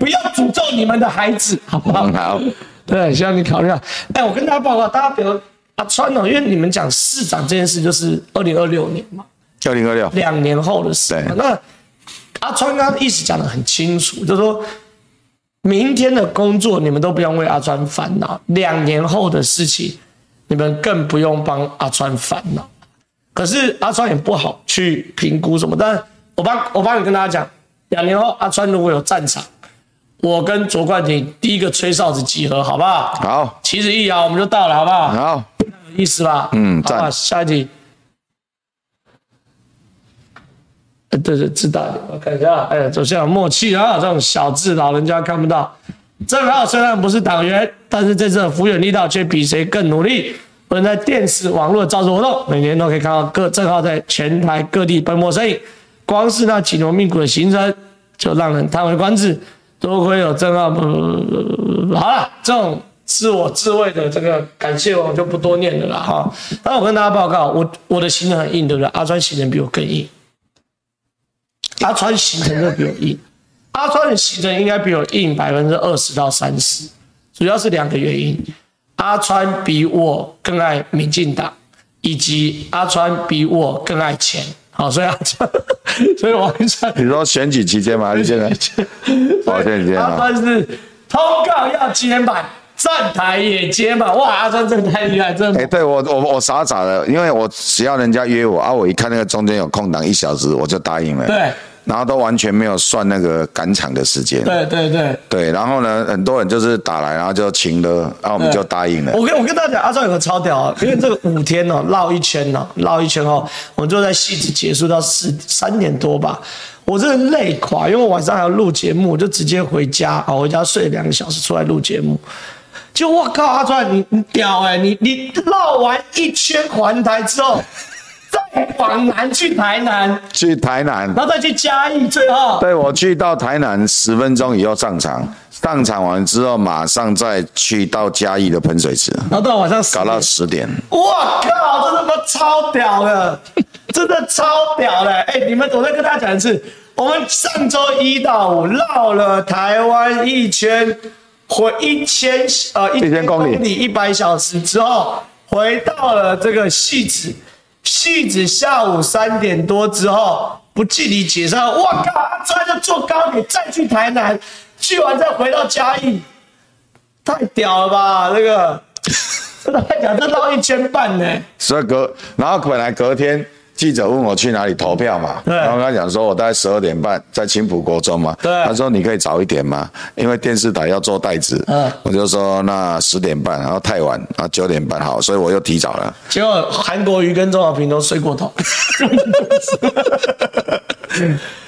S1: 不要诅咒你们的孩子，好不好？
S2: 嗯好，
S1: 对，希望你考虑一下。哎，我跟大家报告，大家不要啊，川哦，因为你们讲市长这件事，就是二零二六年嘛，
S2: 幺零二六，
S1: 两年后的事嘛。
S2: 对
S1: 那阿川刚刚意思讲的很清楚，就是说明天的工作你们都不用为阿川烦恼，两年后的事情你们更不用帮阿川烦恼。可是阿川也不好去评估什么，但我帮我帮你跟大家讲，两年后阿川如果有战场，我跟卓冠廷第一个吹哨子集合，好不好？
S2: 好，
S1: 旗子一摇我们就到了，好不好？
S2: 好，
S1: 有意思吧？
S2: 嗯
S1: 好吧，
S2: 赞
S1: 下一题。呃对对，自打脸，我看一下。哎呀，首先有默契啊，这种小字老人家看不到。郑浩虽然不是党员，但是这次的幅员力道却比谁更努力。不论在电视、网络造势活动，每年都可以看到各郑浩在全台各地奔波身影。光是那紧锣密鼓的行程，就让人叹为观止。多亏有郑浩，呃好了，这种自我自卫的这个感谢我就不多念了啦哈。但我跟大家报告，我我的行程很硬，对不对？阿川行程比我更硬，阿川行程就比我硬，阿川的行程应该比我硬百分之二十到三十，主要是两个原因，阿川比我更爱民进党，以及阿川比我更爱钱。好，所以阿川， 所以我很想
S2: 你说选举期间吗？还是现在？抱歉谢谢啊
S1: 阿川是通告要接满，站台也接满，哇，阿川真的太厉害，真
S2: 哎、
S1: 的。
S2: 对我我我傻傻的，因为我只要人家约我啊，我一看那个中间有空档一小时，我就答应了。
S1: 对，
S2: 然后都完全没有算那个赶场的时间。
S1: 对对对，
S2: 对，然后呢，很多人就是打来，然后就请了，然后我们就答应 了。
S1: 我跟我跟大家讲，阿川有个超屌啊，因为这个五天哦，绕一圈哦，绕一圈哦，我们就在戏子结束到四三点多吧，我真的累垮，因为我晚上还要录节目，我就直接回家啊，回家睡两个小时出来录节目。就我靠，阿川，你你屌哎、你你绕完一圈环台之后，再往南去台南，
S2: 去台南，
S1: 然后再去嘉义，最后
S2: 对我去到台南十分钟以后上场，上场完之后马上再去到嘉义的喷水池，
S1: 然后到晚上十
S2: 搞
S1: 点
S2: 到十点。
S1: 我靠，这他妈超屌 的，真的超屌的！哎、你们我再跟大家讲一次，我们上周一到五绕了台湾一圈，回一千呃一
S2: 一千公里
S1: 一百小时之后，回到了这个戏子，戏子下午三点多之后不记离解散，我靠，阿川就坐高铁再去台南，去完再回到嘉义，太屌了吧，这个。真的太屌，这绕一圈半呢、
S2: 所以隔，然后本来隔天记者问我去哪里投票嘛，
S1: 对
S2: 然后跟他讲说，我大概十二点半在青浦国中嘛，
S1: 对
S2: 他说你可以早一点嘛，因为电视台要做代子，
S1: 嗯
S2: 我就说那十点半，然后太晚，然后九点半好，所以我又提早了，
S1: 结果韩国瑜跟钟小平都睡过头，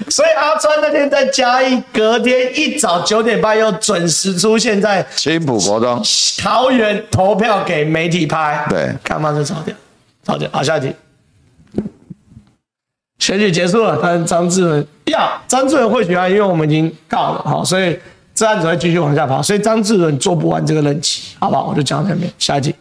S1: 所以阿川那天在嘉义，隔天一早九点半又准时出现在
S2: 青浦国中，
S1: 桃园投票给媒体拍，
S2: 对
S1: 干嘛就超屌，超屌。好，下一题。选举结束了，但是张志文呀，张志文会选案，因为我们已经告了，好，所以这案子会继续往下跑，所以张志文做不完这个任期，好不好？我就讲到这边，下一题。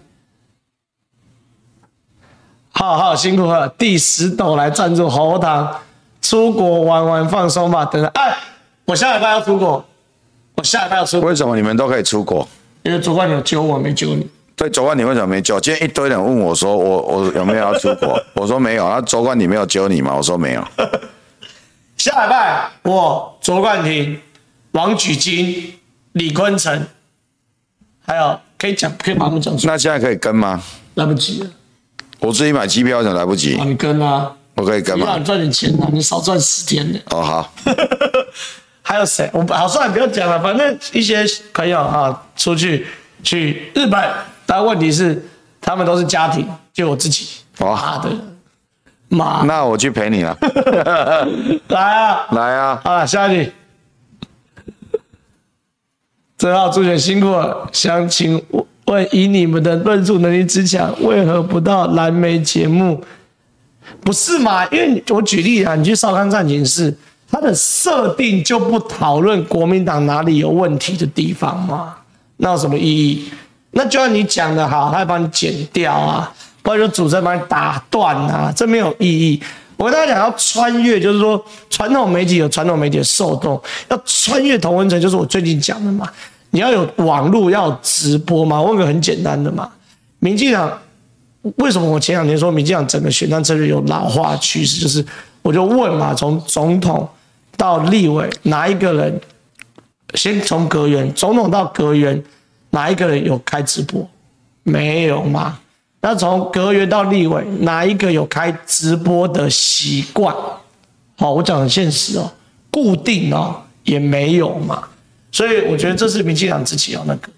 S1: 好好辛苦了，第十斗来赞助喉糖，出国玩玩放松吧。等等，哎，我下礼拜要出国，我下礼拜要出国，
S2: 为什么你们都可以出国？
S1: 因为主管有揪我，没揪你。
S2: 对，昨晚你为什么没救？今天一堆人问我说我我有没有要出国？ 我说没有。那昨晚你没有揪你吗？我说没有。
S1: 下礼拜我卓冠廷、王举金、李坤城，还有可以讲，可以把他们讲出来，
S2: 那现在可以跟吗？
S1: 来不及了，
S2: 我自己买机票，怎么来不及
S1: 啊？你跟啊，
S2: 我可以跟
S1: 你让
S2: 吗
S1: 你？赚点钱啊，你少赚十天呢。
S2: 哦，好，
S1: 还有谁？我好算了，不要讲了，反正一些朋友啊，出去去日本，但问题是他们都是家庭，就我自己，
S2: 哦
S1: 妈的，妈，
S2: 那我去陪你了。
S1: 来啊！
S2: 来啊，
S1: 好了，下一题。郑浩朱选辛苦了，想请问以你们的论述能力之强，为何不到蓝莓节目？不是嘛？因为我举例啊，你去少康战情室，它的设定就不讨论国民党哪里有问题的地方嘛，那有什么意义？那就像你讲的好，他还帮你剪掉啊，不然就主持人把你打断啊，这没有意义。我跟大家讲，要穿越，就是说传统媒体有传统媒体的受众，要穿越同文层，就是我最近讲的嘛。你要有网络，要有直播嘛。我问个很简单的嘛，民进党为什么我前两年说民进党整个选战策略有老化趋势？就是我就问嘛，从总统到立委，哪一个人先从阁员，总统到阁员，哪一个人有开直播？没有嘛？那从阁员到立委，哪一个有开直播的习惯？好、我讲很现实哦，固定哦也没有嘛，所以我觉得这是民进党自己要那个。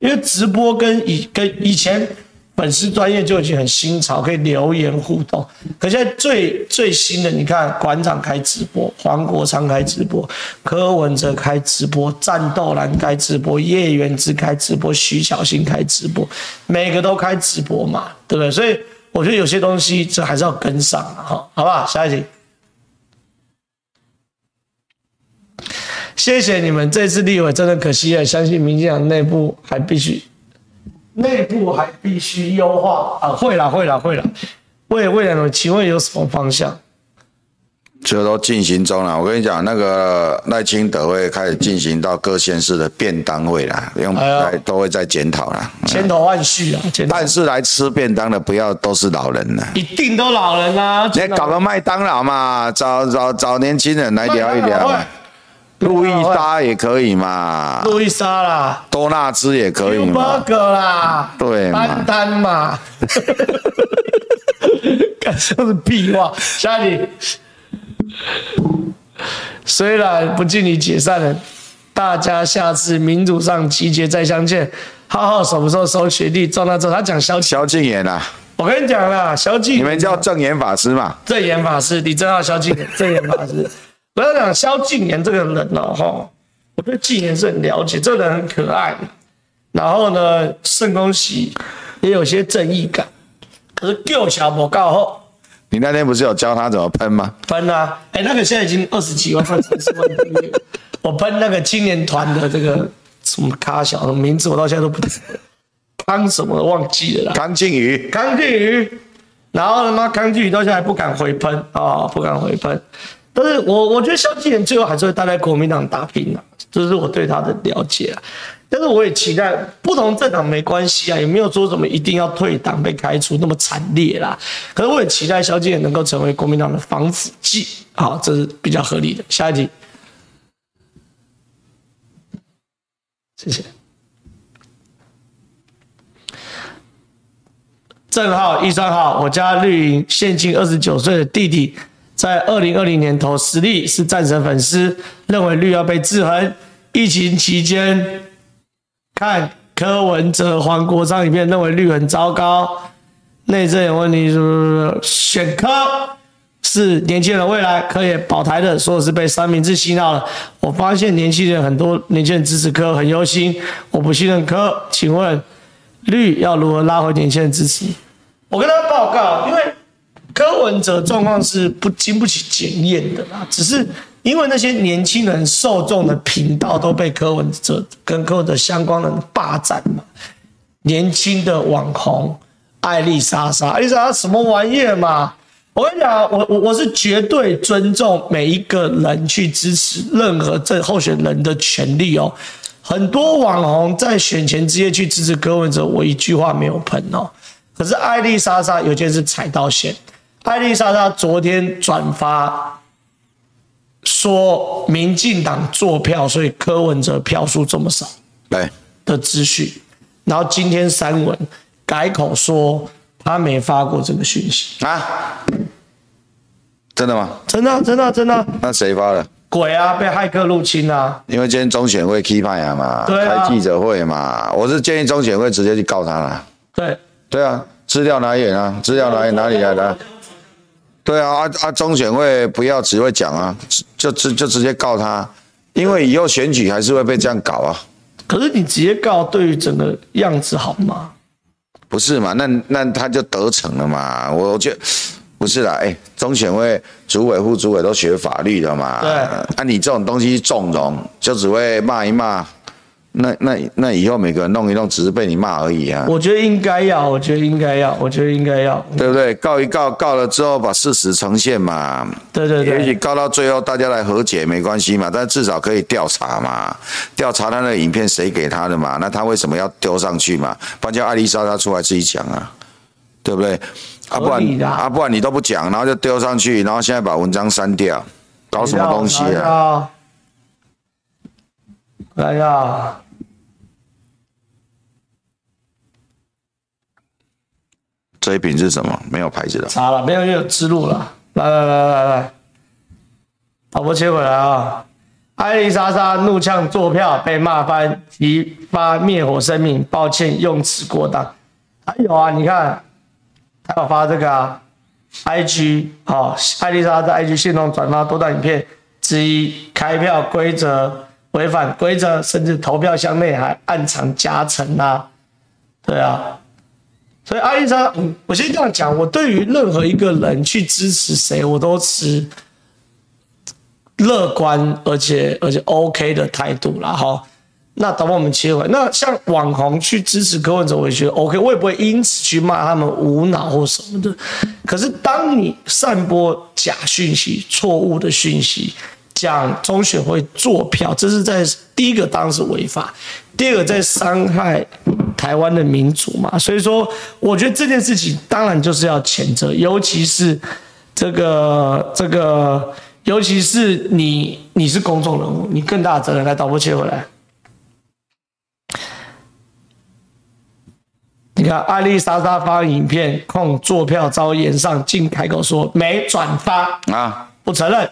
S1: 因为直播跟以跟以前粉丝专业就已经很新潮，可以留言互动。可现在最最新的，你看馆长开直播，黄国昌开直播，柯文哲开直播，战斗蓝开直播，叶元之开直播，徐小新开直播，每个都开直播嘛，对不对？所以我觉得有些东西这还是要跟上啊哈，好不好？下一题。谢谢你们，这次立委真的可惜了，相信民进党内部还必须，内部还必须优化啊，会啦会啦会啦。为未来的，请问有什么方向？
S2: 这都进行中了。我跟你讲，那个赖清德会开始进行到各县市的便当会啦，用
S1: 哎呦
S2: 来都会在检讨啦。
S1: 千头万绪 啊，千头
S2: 但是来吃便当的不要都是老人了。
S1: 一定都老人啊，
S2: 你搞个麦当劳嘛，找找找年轻人来聊一聊嘛，路易莎也可以嘛，
S1: 哎路易莎啦
S2: 多纳兹也可以
S1: ，U
S2: 嘛。
S1: Burger 啦，
S2: 对嘛
S1: 丹丹嘛， 干这是屁话。下一题，虽然不敬你解散了，大家下次民主上集结再相见。浩浩什么时候收学弟？撞到之后，他讲萧敬，
S2: 萧敬言啊，
S1: 我跟你讲啦，萧敬，
S2: 你们叫正言法师嘛？
S1: 正言法师，李正浩、萧敬 言，正言法师。我要讲萧敬言这个人哦，哈，我对敬言是很了解，这人很可爱，然后呢，圣公喜也有些正义感，可是够小不够后
S2: 你那天不是有教他怎么喷吗？
S1: 喷啊，哎、那个现在已经二十几万、快三十万订阅， 我喷那个青年团的这个什么咖小什么名字，我到现在都不知道，康什么忘记了啦。
S2: 康靖宇，
S1: 康靖宇，然后他妈康靖宇到现在还不敢回喷啊、哦不敢回喷。但是我我觉得萧敬腾最后还是会待在国民党打拼的、这是我对他的了解啊。但是我也期待不同政党没关系啊，也没有说什么一定要退党被开除那么惨烈啦。可是我也期待萧敬腾能够成为国民党的防腐剂，好，这是比较合理的。下一题，谢谢。郑浩一三号，我家绿营现今二十九岁的弟弟，在二零二零年投实力是战神粉丝，认为绿要被制衡。疫情期间看柯文哲、黄国昌影片，认为绿很糟糕，内政有问题，什么什么选科是年轻人的未来，科也保台的，说我是被三明治洗脑了。我发现年轻人很多年轻人支持科，很忧心，我不信任科，请问绿要如何拉回年轻人支持？我跟他报告，因为柯文哲状况是不经不起检验的啦，只是因为那些年轻人受众的频道都被柯文哲跟柯文哲相关人霸占嘛，年轻的网红艾丽莎莎，艾丽莎莎什么玩意儿嘛？我跟你讲啊，我我我是绝对尊重每一个人去支持任何这候选人的权利哦。很多网红在选前之夜去支持柯文哲，我一句话没有喷哦。可是艾丽莎莎有件事踩到线，艾丽莎莎昨天转发说民进党做票，所以柯文哲票数这么少。
S2: 来，
S1: 的资讯，然后今天删文改口说他没发过这个讯息，
S2: 啊，真的吗？
S1: 真的啊、真的啊、真的啊、
S2: 那谁发的？
S1: 鬼啊，被骇客入侵啊！
S2: 因为今天中选会 key 派啊嘛，
S1: 对啊
S2: 开记者会嘛，我是建议中选会直接去告他了。
S1: 对，
S2: 对啊，资料来源啊，资料来源哪里来的啊？对啊，啊啊，中选会不要只会讲啊，就直就直接告他，因为以后选举还是会被这样搞啊，
S1: 可是你直接告，对于整个样子好吗？
S2: 不是嘛？那那他就得逞了嘛？我觉得不是啦，哎、中选会主委、副主委都学法律的嘛，
S1: 对
S2: 啊，你这种东西纵容，就只会骂一骂，那那那以后每个人弄一弄，只是被你骂而已啊。
S1: 我觉得应该要，我觉得应该要，我觉得应该要。
S2: 对不对？告一告，告了之后把事实呈现嘛。
S1: 对对
S2: 也
S1: 对，
S2: 许告到最后大家来和解没关系嘛，但至少可以调查嘛，调查他的影片谁给他的嘛，那他为什么要丢上去嘛？不然叫艾丽莎她出来自己讲啊，对不对？啊，不
S1: 合理
S2: 然
S1: 的啊
S2: 啊，不然你都不讲，然后就丢上去，然后现在把文章删掉，搞什么东西啊？
S1: 啊？来呀！
S2: 这一瓶是什么？没有牌子的。
S1: 查了，没有又有之路了。来来来来来，导播切回来啊！艾丽莎莎怒呛坐票被骂翻，提发灭火声明，抱歉用词过当。还有啊，你看，还有发这个啊，IG 好、艾丽莎在 IG 线动转发多段影片，质疑开票规则违反规则，甚至投票箱内还暗藏加成啊，对啊，所以阿丽莎，嗯我先这样讲，我对于任何一个人去支持谁，我都持乐观而且而且 OK 的态度啦。哈。那等会我们切回来，那像网红去支持柯文哲，我也觉得 OK，我也不会因此去骂他们无脑或什么的。可是当你散播假讯息、错误的讯息，讲中选会做票，这是在第一个当然是违法，第二个在伤害台湾的民主嘛。所以说，我觉得这件事情当然就是要谴责，尤其是这个这个，尤其是你你是公众人物，你更大的责任。来，导播切回来。你看，艾丽莎莎发影片控坐票遭延上，竟开口说没转发，
S2: 啊，
S1: 不承认。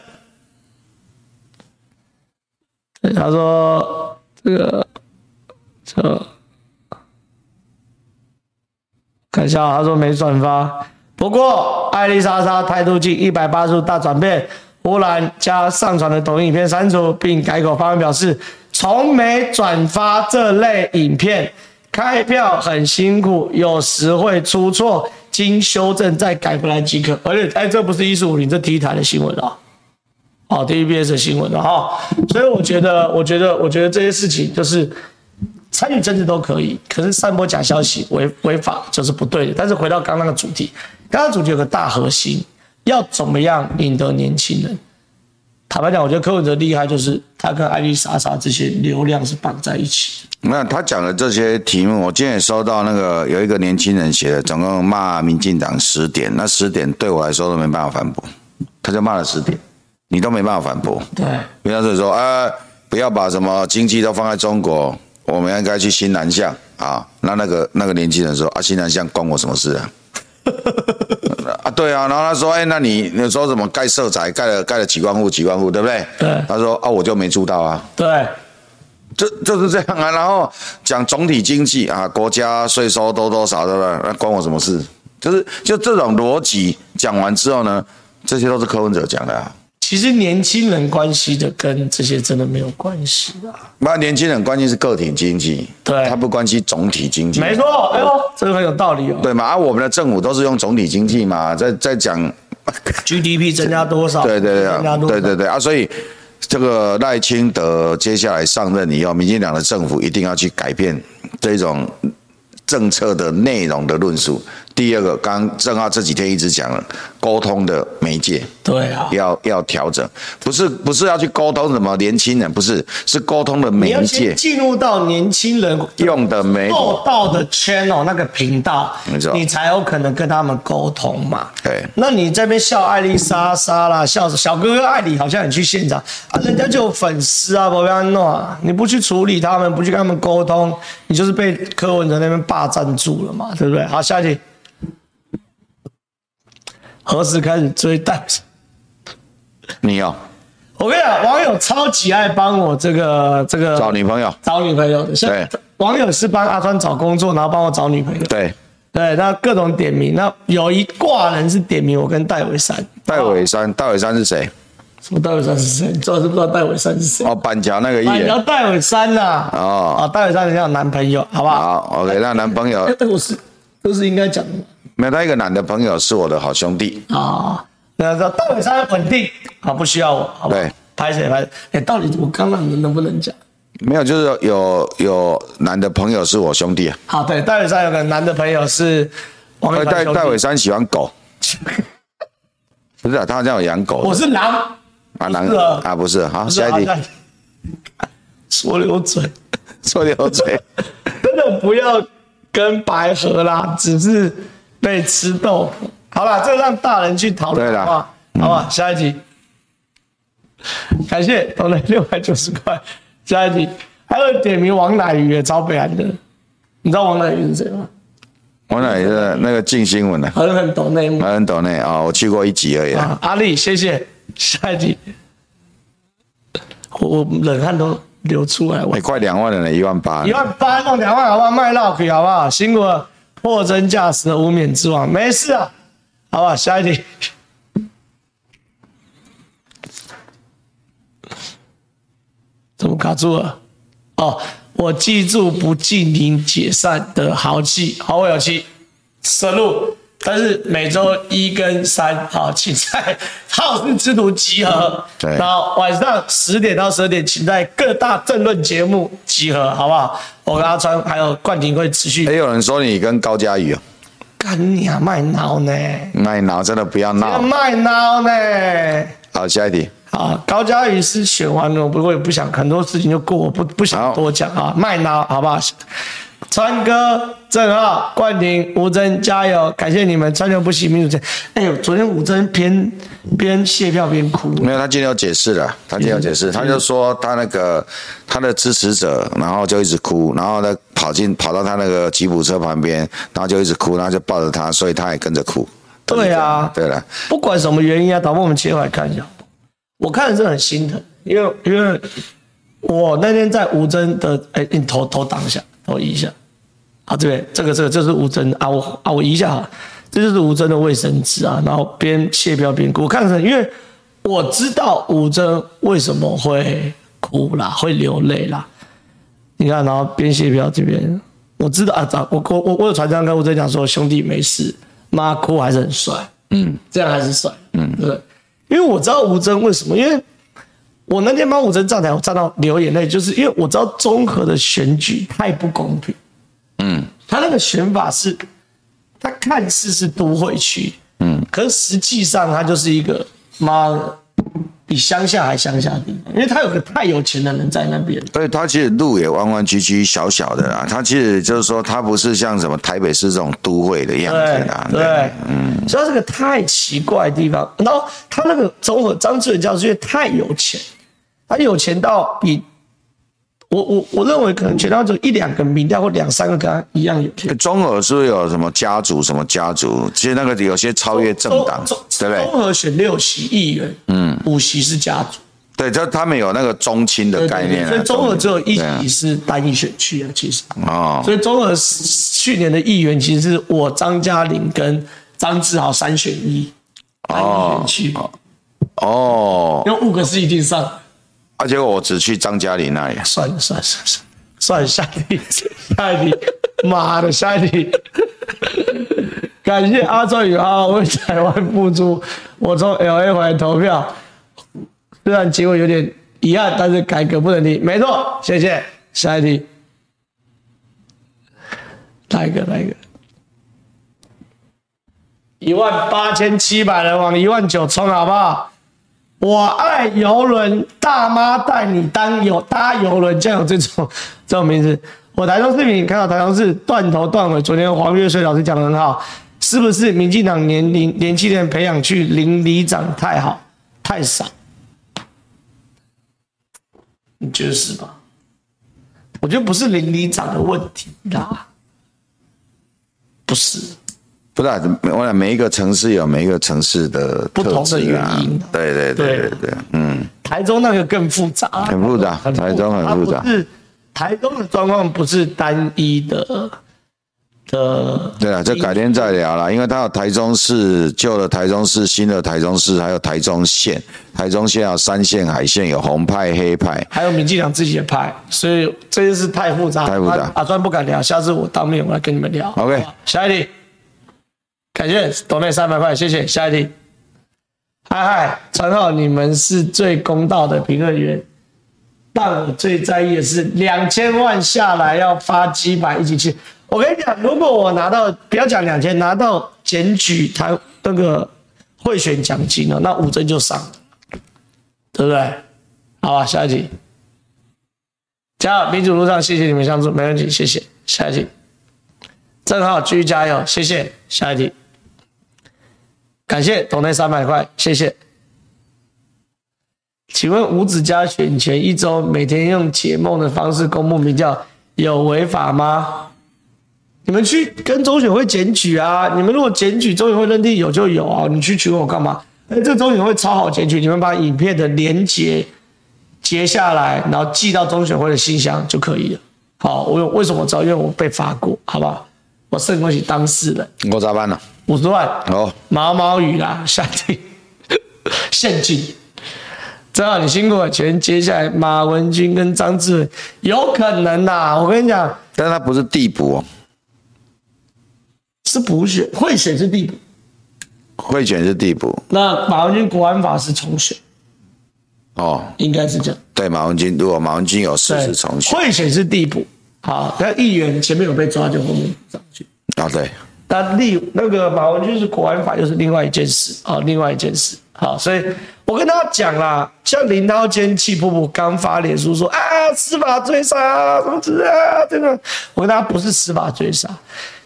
S1: 对他说这个这，看一下啊，他说没转发。不过艾丽莎莎态度近一百八十度大转变，忽然将上传的抖音影片删除，并改口发文表示，从没转发这类影片。开票很辛苦，有时会出错，经修正再改回来即可。而且，哎，这不是一四五零，这 T 台的新闻啊、哦，TVBS 的新闻了哈、所以我觉得，我觉得，我觉得这些事情就是参与政治都可以，可是散播假消息违违法就是不对的。但是回到刚刚的主题，刚刚主题有个大核心，要怎么样赢得年轻人？坦白讲，我觉得柯文哲厉害，就是他跟艾丽莎莎这些流量是绑在一起的。
S2: 那他讲的这些题目，我今天也收到那个有一个年轻人写的，总共骂民进党十点，那十点对我来说都没办法反驳，他就骂了十点，你都没办法反驳。
S1: 对，
S2: 因为他是说，啊，不要把什么经济都放在中国，我们应该去新南向啊。那那个那个年轻人说，啊，新南向关我什么事啊？ 啊，对啊，然后他说，哎、那你你说什么盖社宅，盖了盖了几万户几万户，对不对？
S1: 对
S2: 他说啊，我就没住到啊。
S1: 对，
S2: 就就是这样啊。然后讲总体经济啊，国家税收多多少对不对？那关我什么事？就是就这种逻辑讲完之后呢，这些都是柯文哲讲的啊。
S1: 其实年轻人关系的跟这些真的没有关系啊。
S2: 那年轻人关心是个体经济，
S1: 对
S2: 他不关心总体经济，
S1: 没错，哎呦，这个很有道理哦。
S2: 对嘛？啊，我们的政府都是用总体经济嘛，在在讲，
S1: GDP 增加多少？
S2: 对对对
S1: 增加
S2: 啊，
S1: 多少？
S2: 对对对啊，所以这个赖清德接下来上任以后，民进党的政府一定要去改变这种政策的内容的论述，第二个，刚正浩这几天一直讲了，沟通的媒介
S1: 对啊，
S2: 要要调整，不是不是要去沟通什么年轻人，不是是沟通的
S1: 你
S2: 媒
S1: 要
S2: 介
S1: 先哦进入到年轻人
S2: 用的媒介。
S1: 够到的 channel 那个频道
S2: 没错，
S1: 你才有可能跟他们沟通嘛。
S2: 对
S1: 那你这边笑艾丽莎莎啦，笑小哥哥艾里好像你去现场啊，人家就有粉丝啊，不要弄啊，你不去处理他们，不去跟他们沟通，你就是被柯文哲那边霸占住了嘛，对不对？好，下一题，何时开始追蛋？
S2: 你哦有
S1: 我跟你讲，网友超级爱帮我这个这个
S2: 找女朋友？
S1: 找女朋友的，像
S2: 对
S1: 网友是帮阿川找工作，然后帮我找女朋友。
S2: 对，
S1: 对，那各种点名，那有一挂人是点名我跟戴伟山，
S2: 戴伟山，戴伟山是谁？
S1: 什么戴伟山是谁？你知道是不知道戴伟山是谁？
S2: 哦，板桥那个艺
S1: 啊，你
S2: 人
S1: 要。戴伟山呐、啊！
S2: 哦啊
S1: 啊，戴伟山人家有男朋友，好不好？
S2: 好，OK，那男朋友
S1: 哎、我是这是应该讲的
S2: 没有，他一个男的朋友是我的好兄弟。
S1: 啊。那说戴伟山稳定啊，不需要我，好不好
S2: 对？
S1: 拍谁拍谁？哎、到底我刚刚能不能讲？
S2: 没有，就是有有男的朋友是我兄弟啊。
S1: 好，对，戴伟山有个男的朋友是王一
S2: 呃
S1: 凡
S2: 戴
S1: 哦兄弟
S2: 戴伟，山喜欢狗，不是啊，他好像有养狗
S1: 我是狼，
S2: 啊，
S1: 哦不
S2: 男
S1: 是啊
S2: 啊，不是，好，
S1: 不是
S2: 下一
S1: 好
S2: 题，
S1: 下 说溜嘴。
S2: 说流 嘴，
S1: 真的不要跟白河啦，只是被吃豆腐。好啦，这让大人去讨论
S2: 对啦嗯
S1: 好不好？好吧，下一题。感谢投了六百九十块。下一题，还有点名王乃瑜，超北韩的。你知道王乃瑜是谁吗？
S2: 我哪里是那个静新闻呢？啊
S1: 好像很懂内幕
S2: 还很懂呢啊，我去过一集而已啊。
S1: 啊。阿力，谢谢。下一题，我我冷汗都流出来。我
S2: 哎，快两万了呢，一万八
S1: 一。万八弄两万，好不好？卖到可以，好不好？辛苦了，货真价实的无冕之王，没事啊，好不好？下一题。 怎么卡住了？哦，我记住不记您解散的豪气，好我有气，深入。但是每周一跟三，好，请在 好事之徒集合。
S2: 对
S1: 然后晚上十点到十二点，请在各大政论节目集合，好不好？我跟阿川还有冠廷会持续
S2: 也哎有人说你跟高佳宇哦，
S1: 干你啊，卖脑呢，
S2: 那你脑真的不要
S1: 要
S2: 闹。
S1: 卖脑呢。
S2: 好，下一题，
S1: 啊，高嘉瑜是选完了，不过也不想很多事情就过，我不不想多讲啊，卖脑好不好？川哥、郑浩、冠廷、吴征加油！感谢你们，川流不息，民主前。哎呦，昨天吴征边边卸票边哭，
S2: 没有，他今天有解释了，他今天有解
S1: 嗯
S2: 释，他就说他那个他的支持者，然后就一直哭，然后呢跑进跑到他那个吉普车旁边，然后就一直哭，然后就抱着他，所以他也跟着哭。
S1: 对啊
S2: 对了，
S1: 不管什么原因啊，导播我们切回来看一下。我看的是很心疼，因为因为我那天在吴征的，哎，你头头挡一下，头移一下。啊，这边这个这个这是吴征啊，我啊我移一下哈，这就是吴征的卫生纸啊，然后边卸标边哭，我看成因为我知道吴征为什么会哭啦，会流泪啦。你看，然后边卸标这边，我知道啊，早我我我我有传单跟吴征讲说，兄弟没事，妈哭还是很帅，嗯，这样还是帅，嗯，对不对，因为我知道吴征为什么，因为。我那天帮吴征站台，我站到流眼泪，就是因为我知道综合的选举太不公平。他那个选法是，他看似是都会区，嗯，可是实际上他就是一个妈的比乡下还乡下的地方，因为他有个太有钱的人在那边。
S2: 所以他其实路也弯弯曲曲、小小的啦，他其实就是说他不是像什么台北市这种都会的样子啦。
S1: 对，嗯，所以他这个太奇怪的地方。然后他那个综合张志远教授因为太有钱，他有钱到比我我我认为可能全到就一两个民调或两三个跟他一样有钱。
S2: 中和是不是有什么家族什么家族？其实那个有些超越政党，
S1: 综
S2: 对不对
S1: 综？合选六席议员，嗯，五席是家族。
S2: 对，就他们有那个中亲的
S1: 对
S2: 概
S1: 对对，
S2: 念、啊。
S1: 所以综合只有一
S2: 对啊
S1: 席是单一选区啊，其实。
S2: 哦，
S1: 所以综合是去年的议员其实是我张嘉玲跟张志豪三选一，单一选区，
S2: 哦，
S1: 有五个是一定上。
S2: 而且我只去张嘉玲那里。啊
S1: 算了算了算了算了，下一题， 下一题，妈的，下一题。感谢阿周宇啊，为台湾付出。我从 L A 回来投票，虽然结果有点遗憾，但是改革不能停。没错，谢谢。下一题，来一个，来一个。一万八千七百人往一万九冲，好不好？我爱游轮，大妈带你当游搭游轮，这样有这种这种名字。我台中市民看到台中市断头断尾，昨天黄月水老师讲的很好，是不是民进党年龄年轻人培养去邻里长太好太少？你觉得是吧？我觉得不是邻里长的问题啦，不是。
S2: 不是、啊，我想每一个城市有每一个城市的
S1: 不同的
S2: 特质啊
S1: 原因啊
S2: 对对对对对，嗯，
S1: 台中那个更复杂，啊
S2: 很复杂台中很复杂
S1: 它不是台中的状况不是单一的呃的，
S2: 对啊，这改天再聊啦，因为它有台中市、旧的台中市、新的台中市，还有台中县，台中县有三县、海县，有红派、黑派，
S1: 还有民进党自己的派，所以这件事太复杂，
S2: 太复杂
S1: 阿阿专不敢聊，下次我当面我来跟你们聊。
S2: OK
S1: 好不好下一题，感谢董内三百块，谢谢。下一题，嗨嗨，传浩，你们是最公道的评论员。但我最在意的是两千万下来要发几百一起去。我跟你讲，如果我拿到不要讲两千，拿到检举台那个贿选奖金哦了，那吴征就上了，对不对？好吧，下一题。加油，民主路上，谢谢你们相助，没问题，谢谢。下一题，郑浩继续加油，谢谢。下一题，感谢董内三百块，谢谢。请问五指家选前一周每天用解梦的方式公布民调，有违法吗？你们去跟中选会检举啊！你们如果检举，中选会认定有就有啊！你去举我干嘛？哎，这中选会超好检举，你们把影片的连接截下来，然后寄到中选会的信箱就可以了。好，我有为什么我知道？因为我被罚过，好不好？我胜过去当事人
S2: 我咋办呢？
S1: 五十万，
S2: 哦，
S1: 毛毛雨啊啦，下 地陷阱。正好你辛苦了，全接下来马文君跟张志伟有可能呐、啊我跟你讲
S2: 但它不是地补哦，
S1: 是补选，会选是地补，
S2: 贿选是地补
S1: 那马文君国安法是重选，
S2: 哦，
S1: 应该是这样。
S2: 对，马文君如果马文君有事
S1: 对，
S2: 实重选
S1: 会选是地补，好，那议员前面有被抓就后面补上去。
S2: 啊，对，
S1: 那立那个马文君是国安法，又是另外一件事啊、另外一件事。好，所以我跟大家讲啦，像林涛今天气噗噗刚发脸书说啊，司法追杀什么之类啊，这个我跟大家不是司法追杀，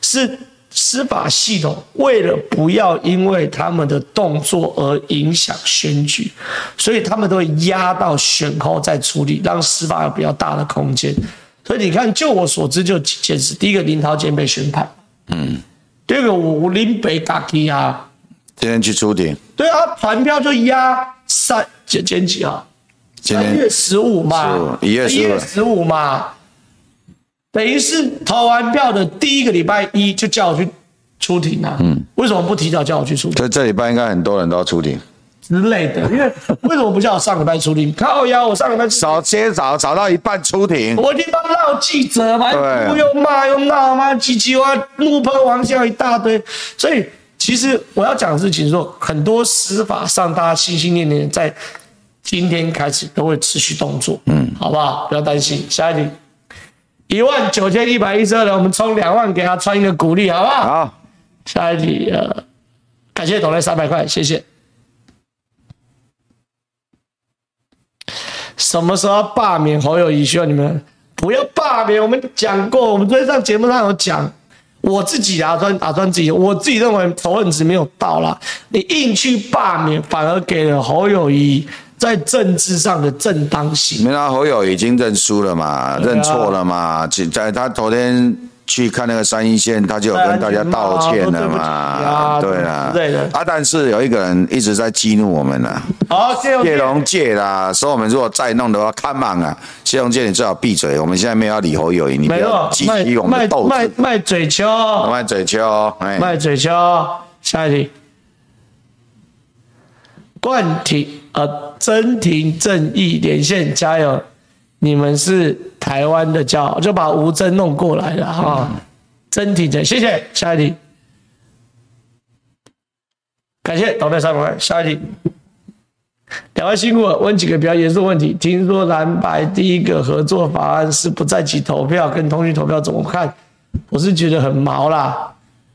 S1: 是司法系统为了不要因为他们的动作而影响选举，所以他们都会压到选后再处理，让司法有比较大的空间。所以你看，就我所知，就几件事。第一个，林涛今天被宣判，第二个我林北打击啊，
S2: 今天去出庭，
S1: 对啊，传票就压三减减几啊？
S2: 今
S1: 三
S2: 天
S1: 月十五嘛，
S2: 15一月15
S1: 十五嘛，等于是投完票的第一个礼拜一就叫我去出庭啊。嗯，为什么不提早叫我去出庭
S2: 在这礼拜应该很多人都要出庭，
S1: 之类的？因为为什么不叫我上礼拜出庭？靠呀，我上礼拜出
S2: 找接找找到一半出庭，
S1: 我一定要闹记者嘛，
S2: 对
S1: 又又骂又闹嘛，唧唧哇，怒喷王笑一大堆。所以其实我要讲的事情是说，很多司法上大家心心念念，在今天开始都会持续动作，嗯，好不好？不要担心。下一题，一万九千一百一十二人，我们充两万给他穿一个鼓励，好不好？
S2: 好。
S1: 下一题，呃，感谢董磊三百块，谢谢。什么时候要罢免侯友谊？需要你们不要罢免。我们讲过，我们昨天上节目上有讲，我自己打算打算自己，我自己认为仇恨值没有到啦。你硬去罢免，反而给了侯友谊在政治上的正当性。
S2: 没啦，侯友已经认输了嘛，
S1: 啊
S2: 认错了嘛，请在他昨天去看那个三一线，他就有
S1: 啊
S2: 跟大家道歉了嘛，
S1: 对
S2: 对
S1: 啊
S2: 啦，
S1: 对的
S2: 啊，但是有一个人一直在激怒我们 呐，
S1: 好，谢谢我们
S2: 谢龙介啦，说我们如果再弄的话，come on 啊，谢龙介你最好闭嘴，我们现在没有要理侯友宜，你不
S1: 没错
S2: 要激，
S1: 卖
S2: 起我们的
S1: 卖
S2: 斗
S1: 卖
S2: 志，
S1: 卖嘴丘。
S2: 卖嘴丘哦，哎，
S1: 卖嘴丘。下一题，冠廷呃，真廷正义连线加油！你们是台湾的骄傲，就把吴征弄过来了哈。真廷正，谢谢。下一题，感谢董队三百块。下一题。两位辛苦了，问几个比较严肃的问题。听说蓝白第一个合作法案是不在籍投票跟通讯投票，怎么看？我是觉得很毛啦，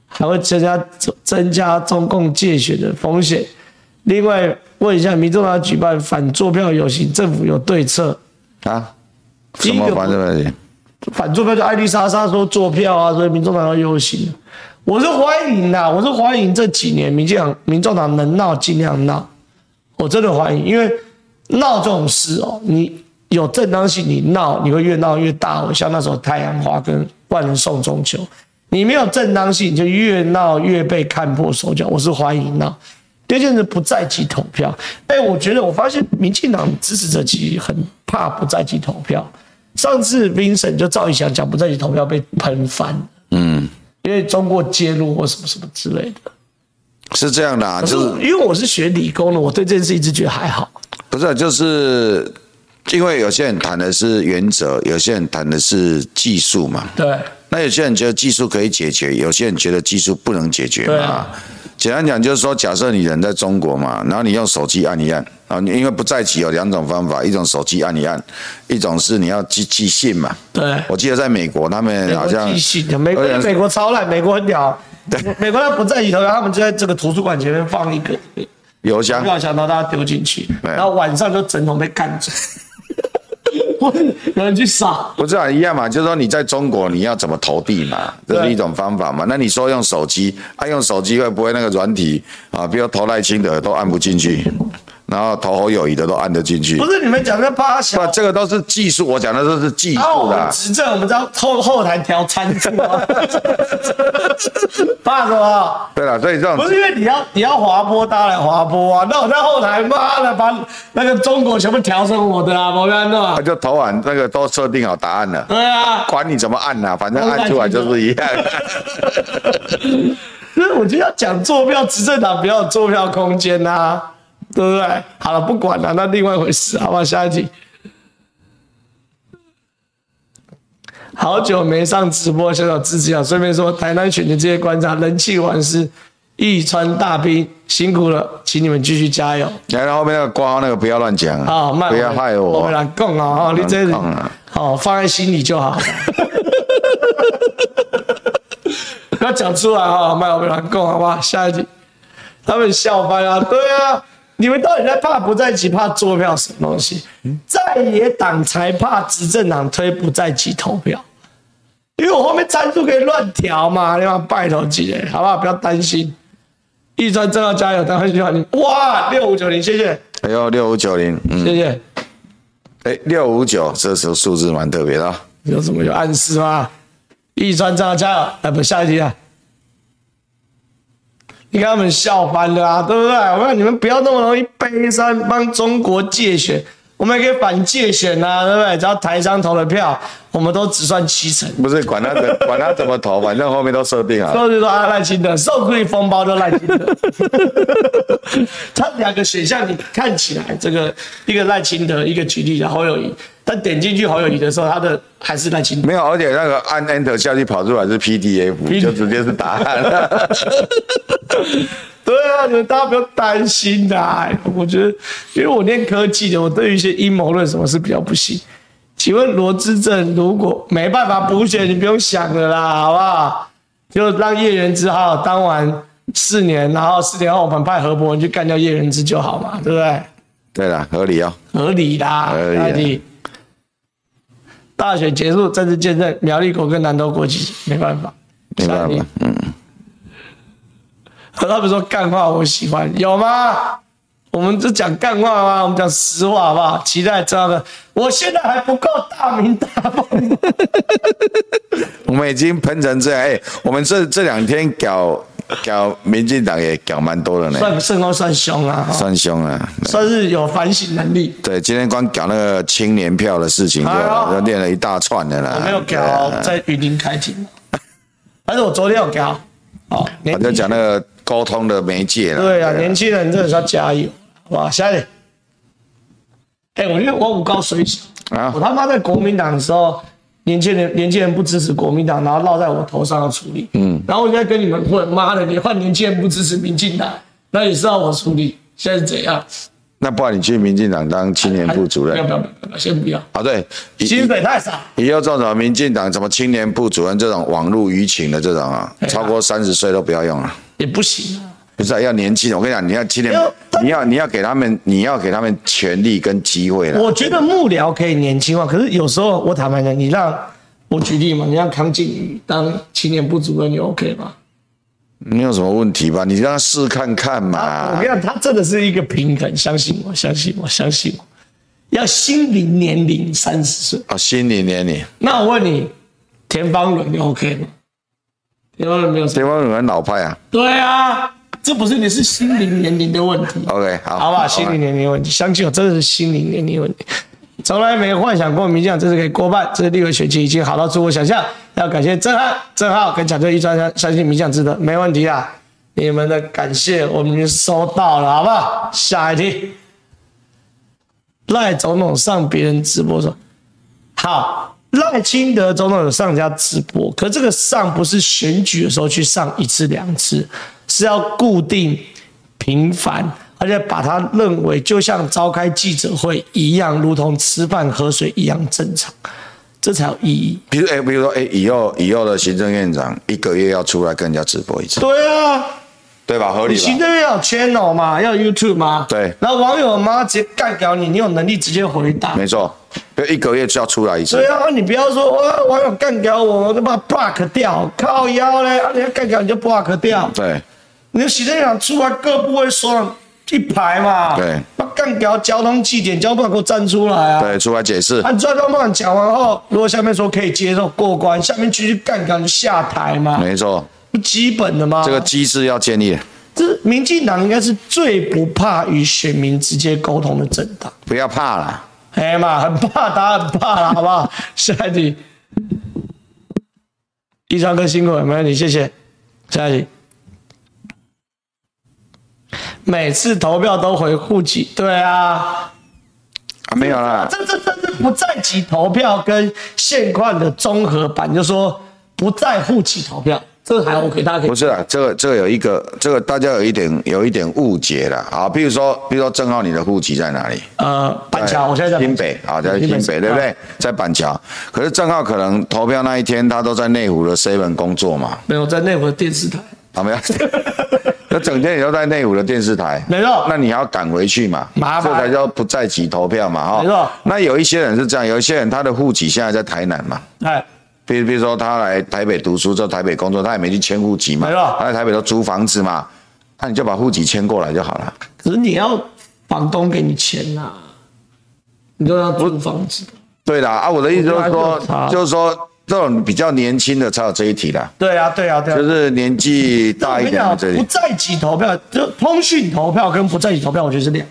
S1: 还会增加增加中共借选的风险。另外，问一下，民众党举办反坐票游行，政府有对策？
S2: 啊？
S1: 第
S2: 什
S1: 一个
S2: 么反正问题？
S1: 反坐票就艾丽莎莎说坐票啊，所以民众党要游行。我是欢迎的，我是欢迎这几年民进党、民众党能闹尽量闹，我真的欢迎，因为闹这种事哦，你有正当性，你闹你会越闹越大哦。像那时候太阳花跟万人送中球，你没有正当性，你就越闹越被看破手脚。我是欢迎闹。第二件事不在籍投票，哎，我觉得我发现民进党支持者其实很怕不在籍投票。上次 Vincent 就赵一翔讲不在籍投票被喷翻，
S2: 嗯，
S1: 因为中国介入或什么什么之类的。
S2: 是这样的、啊，
S1: 可是
S2: 就是
S1: 因为我是学理工的，我对这件事一直觉得还好。
S2: 不是，啊就是因为有些人谈的是原则，有些人谈的是技术嘛。
S1: 对，
S2: 那有些人觉得技术可以解决，有些人觉得技术不能解决
S1: 对
S2: 嘛。
S1: 啊
S2: 简单讲就是说，假设你人在中国嘛，然后你用手机按一按啊，你因为不在籍有两种方法，一种手机按一按，一种是你要寄寄信嘛。
S1: 对
S2: 我记得在美国，他们
S1: 美
S2: 好
S1: 国
S2: 像
S1: 继续的，美
S2: 有点
S1: 国美国超烂，美国很屌。美国他不在籍投票，他们就在这个图书馆前面放一个
S2: 邮
S1: 投
S2: 箱
S1: 票箱，然后大家丢进去，
S2: 嗯对
S1: 然后晚上就整桶被干走。 我有人去 扫，
S2: 不是啊，一样嘛，就是说你在中国你要怎么投递嘛，这是
S1: 对
S2: 一种方法嘛。那你说用手机，啊，用手机会不会那个软体啊，比如投赖清德都按不进去，然后投侯友谊的都按得进去
S1: 不。是啊你们讲的八小
S2: 不，，这个都是技术，我讲的都是技
S1: 然后
S2: 术
S1: 我们
S2: 啦。
S1: 哦执政，我们知道后后台调参数啊，怕什么？
S2: 对啦，所以这种
S1: 啊不是因为你要你要滑坡，大家来滑坡啊！那我在后台，妈的，把那个中国全部调成我的啊，毛边弄啊
S2: 他！就投完那个都设定好答案了，
S1: 对啊，
S2: 管你怎么按啦、反正按出来就是一样。
S1: 所以我就要讲坐票，执政党不要有坐票空间呐、啊，对不对？好了，不管了、那另外一回事，好不好？下一题。好久没上直播，小小支持一下。顺便说，台南选的这些观察人气王是一川大兵，辛苦了，请你们继续加油。
S2: 然后后面那个挂号那个不要乱讲
S1: 好，
S2: 啊，
S1: 慢
S2: 不要害我
S1: 我们。来讲啊，哦，你这
S2: 讲啊
S1: 好放在心里就好， 不要讲出来啊，卖我们来讲好不好？下一集他们笑翻啊，对啊，你们到底在怕不在籍，怕坐票什么东西？在野党才怕执政党推不在籍投票。因为我后面参数可以乱调嘛，你妈拜托几人，好不好？不要担心，一川正要加油，台湾喜欢你，哇，六五九零，谢谢，
S2: 哎呦，六五九零，嗯，
S1: 谢谢。
S2: 哎，六五九，这时候数字蛮特别的、啊。
S1: 有什么有暗示吗？一川炸加油！哎，不，下一题啊！你看他们笑翻了啊，对不对？我让你们不要那么容易悲伤，帮中国借选，我们也可以反借选啊，对不对？只要台商投的票，我们都只算七成。
S2: 不是管他怎管他怎么投，反正后面都设定 好了。
S1: 都是说啊赖清德，受苦的风暴都赖清德。他两个选项你看起来，这个一个赖清德，一个举例的侯友谊，但点进去侯友谊的时候，他的还是赖清德。
S2: 没有，而且那个按 Enter 下去跑出来是 PDF，就直接是答案了。
S1: 对啊，你们大家不用担心的、我觉得，因为我念科技的，我对于一些阴谋论什么是比较不行。请问罗志正如果没办法补选，你不用想了啦，好不好？就让叶元之好好当完四年，然后四年后我们派何伯文去干掉叶元之就好嘛，对不对？
S2: 对了，合理哦。
S1: 合理啦，
S2: 合理啊
S1: 大弟大选结束，政治见证苗栗国跟南投国籍，没办法，
S2: 没办法
S1: 下一题，他们说干话我喜欢，有吗？我们就讲干话吗？我们讲实话好不好？期待这样的，我现在还不够大名大放。
S2: 我们已经喷成这样，哎、我们这这两天搞搞民进党也搞蛮多的呢，
S1: 算甚高算凶啊，哈
S2: 算凶了。
S1: 算是有反省能力。
S2: 对，今天光搞那个青年票的事情就、
S1: 哎呦
S2: 就练了一大串的啦。
S1: 我没有
S2: 对啊
S1: 搞在云林开庭，但是我昨天有搞。哦，
S2: 我就讲那个沟通的媒介了。
S1: 对啊，年轻人真的是要加油，好吧？下一点。哎、我觉得我五高水小，
S2: 啊
S1: 我他妈在国民党的时候，年轻人年轻人不支持国民党，然后落在我头上要处理，嗯，然后我现在跟你们混，妈的，你换年轻人不支持民进党，那也是要我处理，现在是怎样？
S2: 那不然你去民进党当青年部主任
S1: 不要不要不要，先不要，
S2: 啊？对，以
S1: 薪水太少。
S2: 以后这种民进党什么青年部主任这种网络舆情的这种啊
S1: 哎，呀
S2: 超过三十岁都不要用了。
S1: 也不行啊。
S2: 不是啊、要年轻，我跟你讲，你要青年
S1: 没有，但
S2: 你要你要给他们，你要给他们权利跟机会了。
S1: 我觉得幕僚可以年轻化，可是有时候我坦白讲，你让我举例嘛，你让康靖宇当青年部主任，你 OK 吗？
S2: 没有什么问题吧？你让他试看看
S1: 啊，我跟
S2: 嘛
S1: 你。讲，他真的是一个平衡，相信我，相信我，相信我，要心灵年龄三十岁。
S2: 啊，心理年龄，
S1: 那我问你，田方伦你 OK 吗？田方伦没有什么
S2: 对方很老派啊。
S1: 对啊，这不是你是心灵年龄的问题。
S2: OK，好，
S1: 好吧，心理年龄问题，相信我，真的是心理年龄问题。从来没有幻想过民进党这次可以过半，这次立委选情已经好到出我想象。要感谢郑汉、郑浩跟蒋队一专相相信民进党值得，没问题啊。你们的感谢我们已经收到了，好不好？下一题，赖总统上别人直播说，好，赖清德总统有上人家直播，可这个上不是选举的时候去上一次两次，是要固定频繁，而且把它认为就像召开记者会一样，如同吃饭喝水一样正常，这才有意义。
S2: 比如哎、比如说哎、以后以后的行政院长一个月要出来跟人家直播一次，
S1: 对啊，
S2: 对吧？合理
S1: 行
S2: 吧？
S1: 政院要有 channel 嘛，要有 YouTube 嘛，
S2: 对
S1: 然后网友妈直接干掉你，你有能力直接回答。
S2: 没错，就一个月就要出来一次
S1: 对。啊，你不要说哇，网友干掉我，我就把他 block 掉，靠腰嘞，啊，你要干掉你就 block 掉。
S2: 对，
S1: 你的行政院长出来，各部位说一排嘛，
S2: 对，
S1: 把干掉交通祭点，交通部长给我站出来啊！
S2: 对，出来解释。
S1: 按交通部长讲完后，如果下面说可以接受过关，下面继续干掉你就下台嘛，
S2: 没错，
S1: 不基本的吗？
S2: 这个机制要建立，
S1: 这民进党应该是最不怕与选民直接沟通的政党，
S2: 不要怕啦。
S1: 哎嘛，很怕打，很怕啦，好不好？ 下一题，一川哥辛苦了，没问题，谢谢。下一题。每次投票都回户籍，对啊，
S2: 啊，没有啦，
S1: 这这这是不在籍投票跟现况的综合版，就说不在户籍投票，这个还 OK，大家可以
S2: 不是啊啦，这个这个有一个，这个大家有一点有一点误解啦。啊。比如说，比如说郑浩，你的户籍在哪里？
S1: 呃板桥，我现在在
S2: 哎新北啊，在新北对不？
S1: 市
S2: 对？在板桥。可是郑浩可能投票那一天，他都在内湖的 seven 工作嘛，
S1: 没有在内湖的电视台，
S2: 啊 没有，那整天也都在内湖的电视台，
S1: 没错
S2: 那你还要赶回去嘛，
S1: 麻烦
S2: 这才叫不在籍投票嘛，哈、
S1: 没错
S2: 那有一些人是这样，有一些人他的户籍现在在台南嘛。
S1: 哎，
S2: 比如比如说他来台北读书，在台北工作，他也没去迁户籍嘛
S1: 没错，
S2: 他在台北都租房子嘛，那你就把户籍迁过来就好了。
S1: 可是你要房东给你钱呐、你都要租房子，
S2: 对啦，啊，我的意思就是
S1: 我觉得还是有差
S2: 说，就是说这种比较年轻的才有这一题啦，
S1: 对啊，对啊，对啊。
S2: 就是年纪大一点
S1: 我
S2: 的这
S1: 跟你讲，
S2: 里
S1: 不，在籍投票，就通讯投票跟不在籍投票，我觉得是两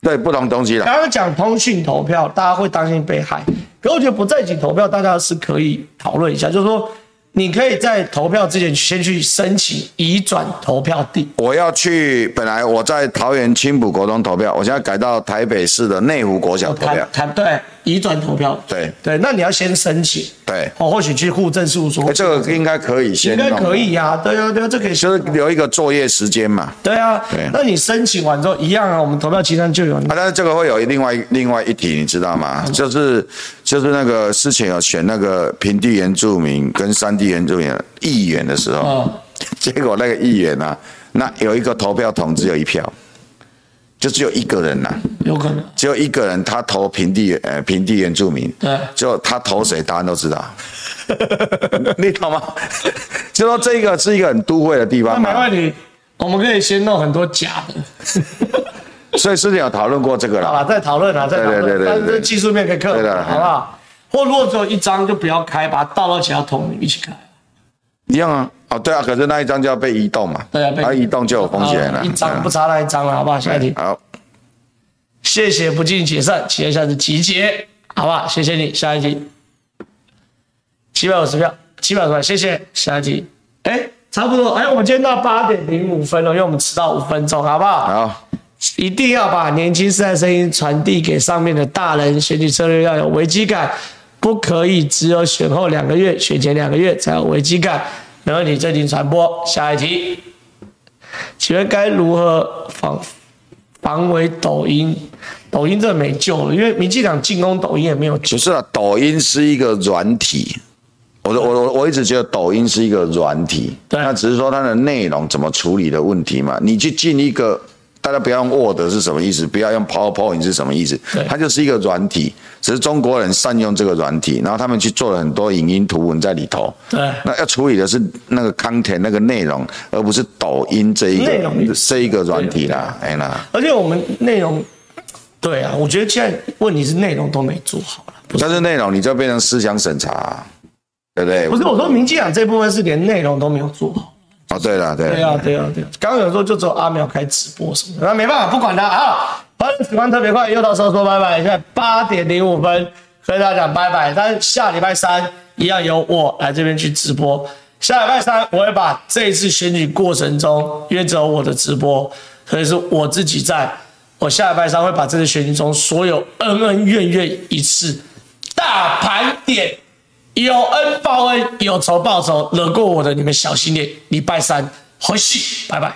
S2: 对不同东西啦。
S1: 刚刚讲通讯投票，大家会担心被害，可我觉得不在籍投票，大家是可以讨论一下，就是说你可以在投票之前先去申请移转投票地，
S2: 我要去，本来我在桃园青浦国中投票，我现在改到台北市的内湖国小投票
S1: 谈。谈对移转投票，
S2: 对
S1: 对，那你要先申请，
S2: 对
S1: 哦，或许去户政事务所
S2: 哎，，这个应该可以
S1: 应
S2: 先
S1: 该
S2: 弄
S1: 可，以呀、对啊，对啊，这可以
S2: 就是留一个作业时间嘛。
S1: 对啊
S2: 对，
S1: 那你申请完之后一样啊，我们投票期间就有
S2: 啊，但是这个会有另外另外一题，你知道吗？
S1: 嗯
S2: 就是就是那个之前有选那个平地原住民跟山地原住民的议员的时候，
S1: 哦
S2: 结果那个议员啊，那有一个投票筒只有一票，就只有一个人呐、
S1: 有可能，
S2: 只有一个人他投平地呃平地原住民，
S1: 对
S2: 就他投谁答案都知道， 你懂吗？ 就说这个是一个很都会的地
S1: 那
S2: 方
S1: 没
S2: 嘛，
S1: 问题，我们可以先弄很多假的。
S2: 所以之前有讨论过这个
S1: 好
S2: 啦。
S1: 了，再讨论啊，再讨
S2: 对对
S1: 论，
S2: 对对
S1: 但是
S2: 对
S1: 技术面可以克
S2: 对
S1: 服，
S2: 的
S1: 好不好？或如果只有一张就不要开，把它倒到其他桶里一起开。
S2: 一样啊，哦对啊，可是那一张就要被移动嘛，
S1: 对啊，被哦
S2: 啊移动就有风险了，
S1: 一
S2: 对
S1: 张
S2: 啊
S1: 不差那一张了，好不好？下一题，
S2: 好，
S1: 谢谢不尽解散，期待下次集结，好不好？谢谢你，下一题，七百五十票，七百多票，谢谢，下一题，哎，差不多，哎，我们今天到八点零五分了，因为我们迟到五分钟，好不好？
S2: 好，
S1: 一定要把年轻时代的声音传递给上面的大人，选举策略要有危机感，不可以只有选后两个月、选前两个月才有危机感。没问题，这题传播。下一题，请问该如何防防伪抖音，抖音这没救了，因为民进党进攻抖音也没有救
S2: 不。是啊，抖音是一个软体。我的我我我一直觉得抖音是一个软体，
S1: 对
S2: 那只是说它的内容怎么处理的问题嘛。你去进一个，大家不要用 Word 是什么意思？不要用 PowerPoint 是什么意思
S1: 对？
S2: 它就是一个软体，只是中国人善用这个软体，然后他们去做了很多影音图文在里头。
S1: 对
S2: 那要处理的是那个 content 那个内容，而不是抖音这一
S1: 内容啊
S2: 个这一个软体啦。哎啦，
S1: 而且我们内容，对啊，我觉得现在问题是内容都没做好了，不是
S2: 但是内容你就变成思想审查啊，对不对？
S1: 不是我说民进党这部分是连内容都没有做好。
S2: 哦，对了对了。
S1: 对啊，对啊，对啊。刚刚有说就只有阿苗开直播什么的，那没办法，不管他啊。反正喜欢特别快，又到时候说拜拜。现在八点零五分，跟大家讲拜拜。但是下礼拜三一样由我来这边去直播。下礼拜三我会把这一次选举过程中，因为只有我的直播，所以是我自己在。我下礼拜三会把这次选举中所有恩恩怨怨一次大盘点。有恩报恩，有仇报仇，惹过我的你们小心点。礼拜三回去，拜拜。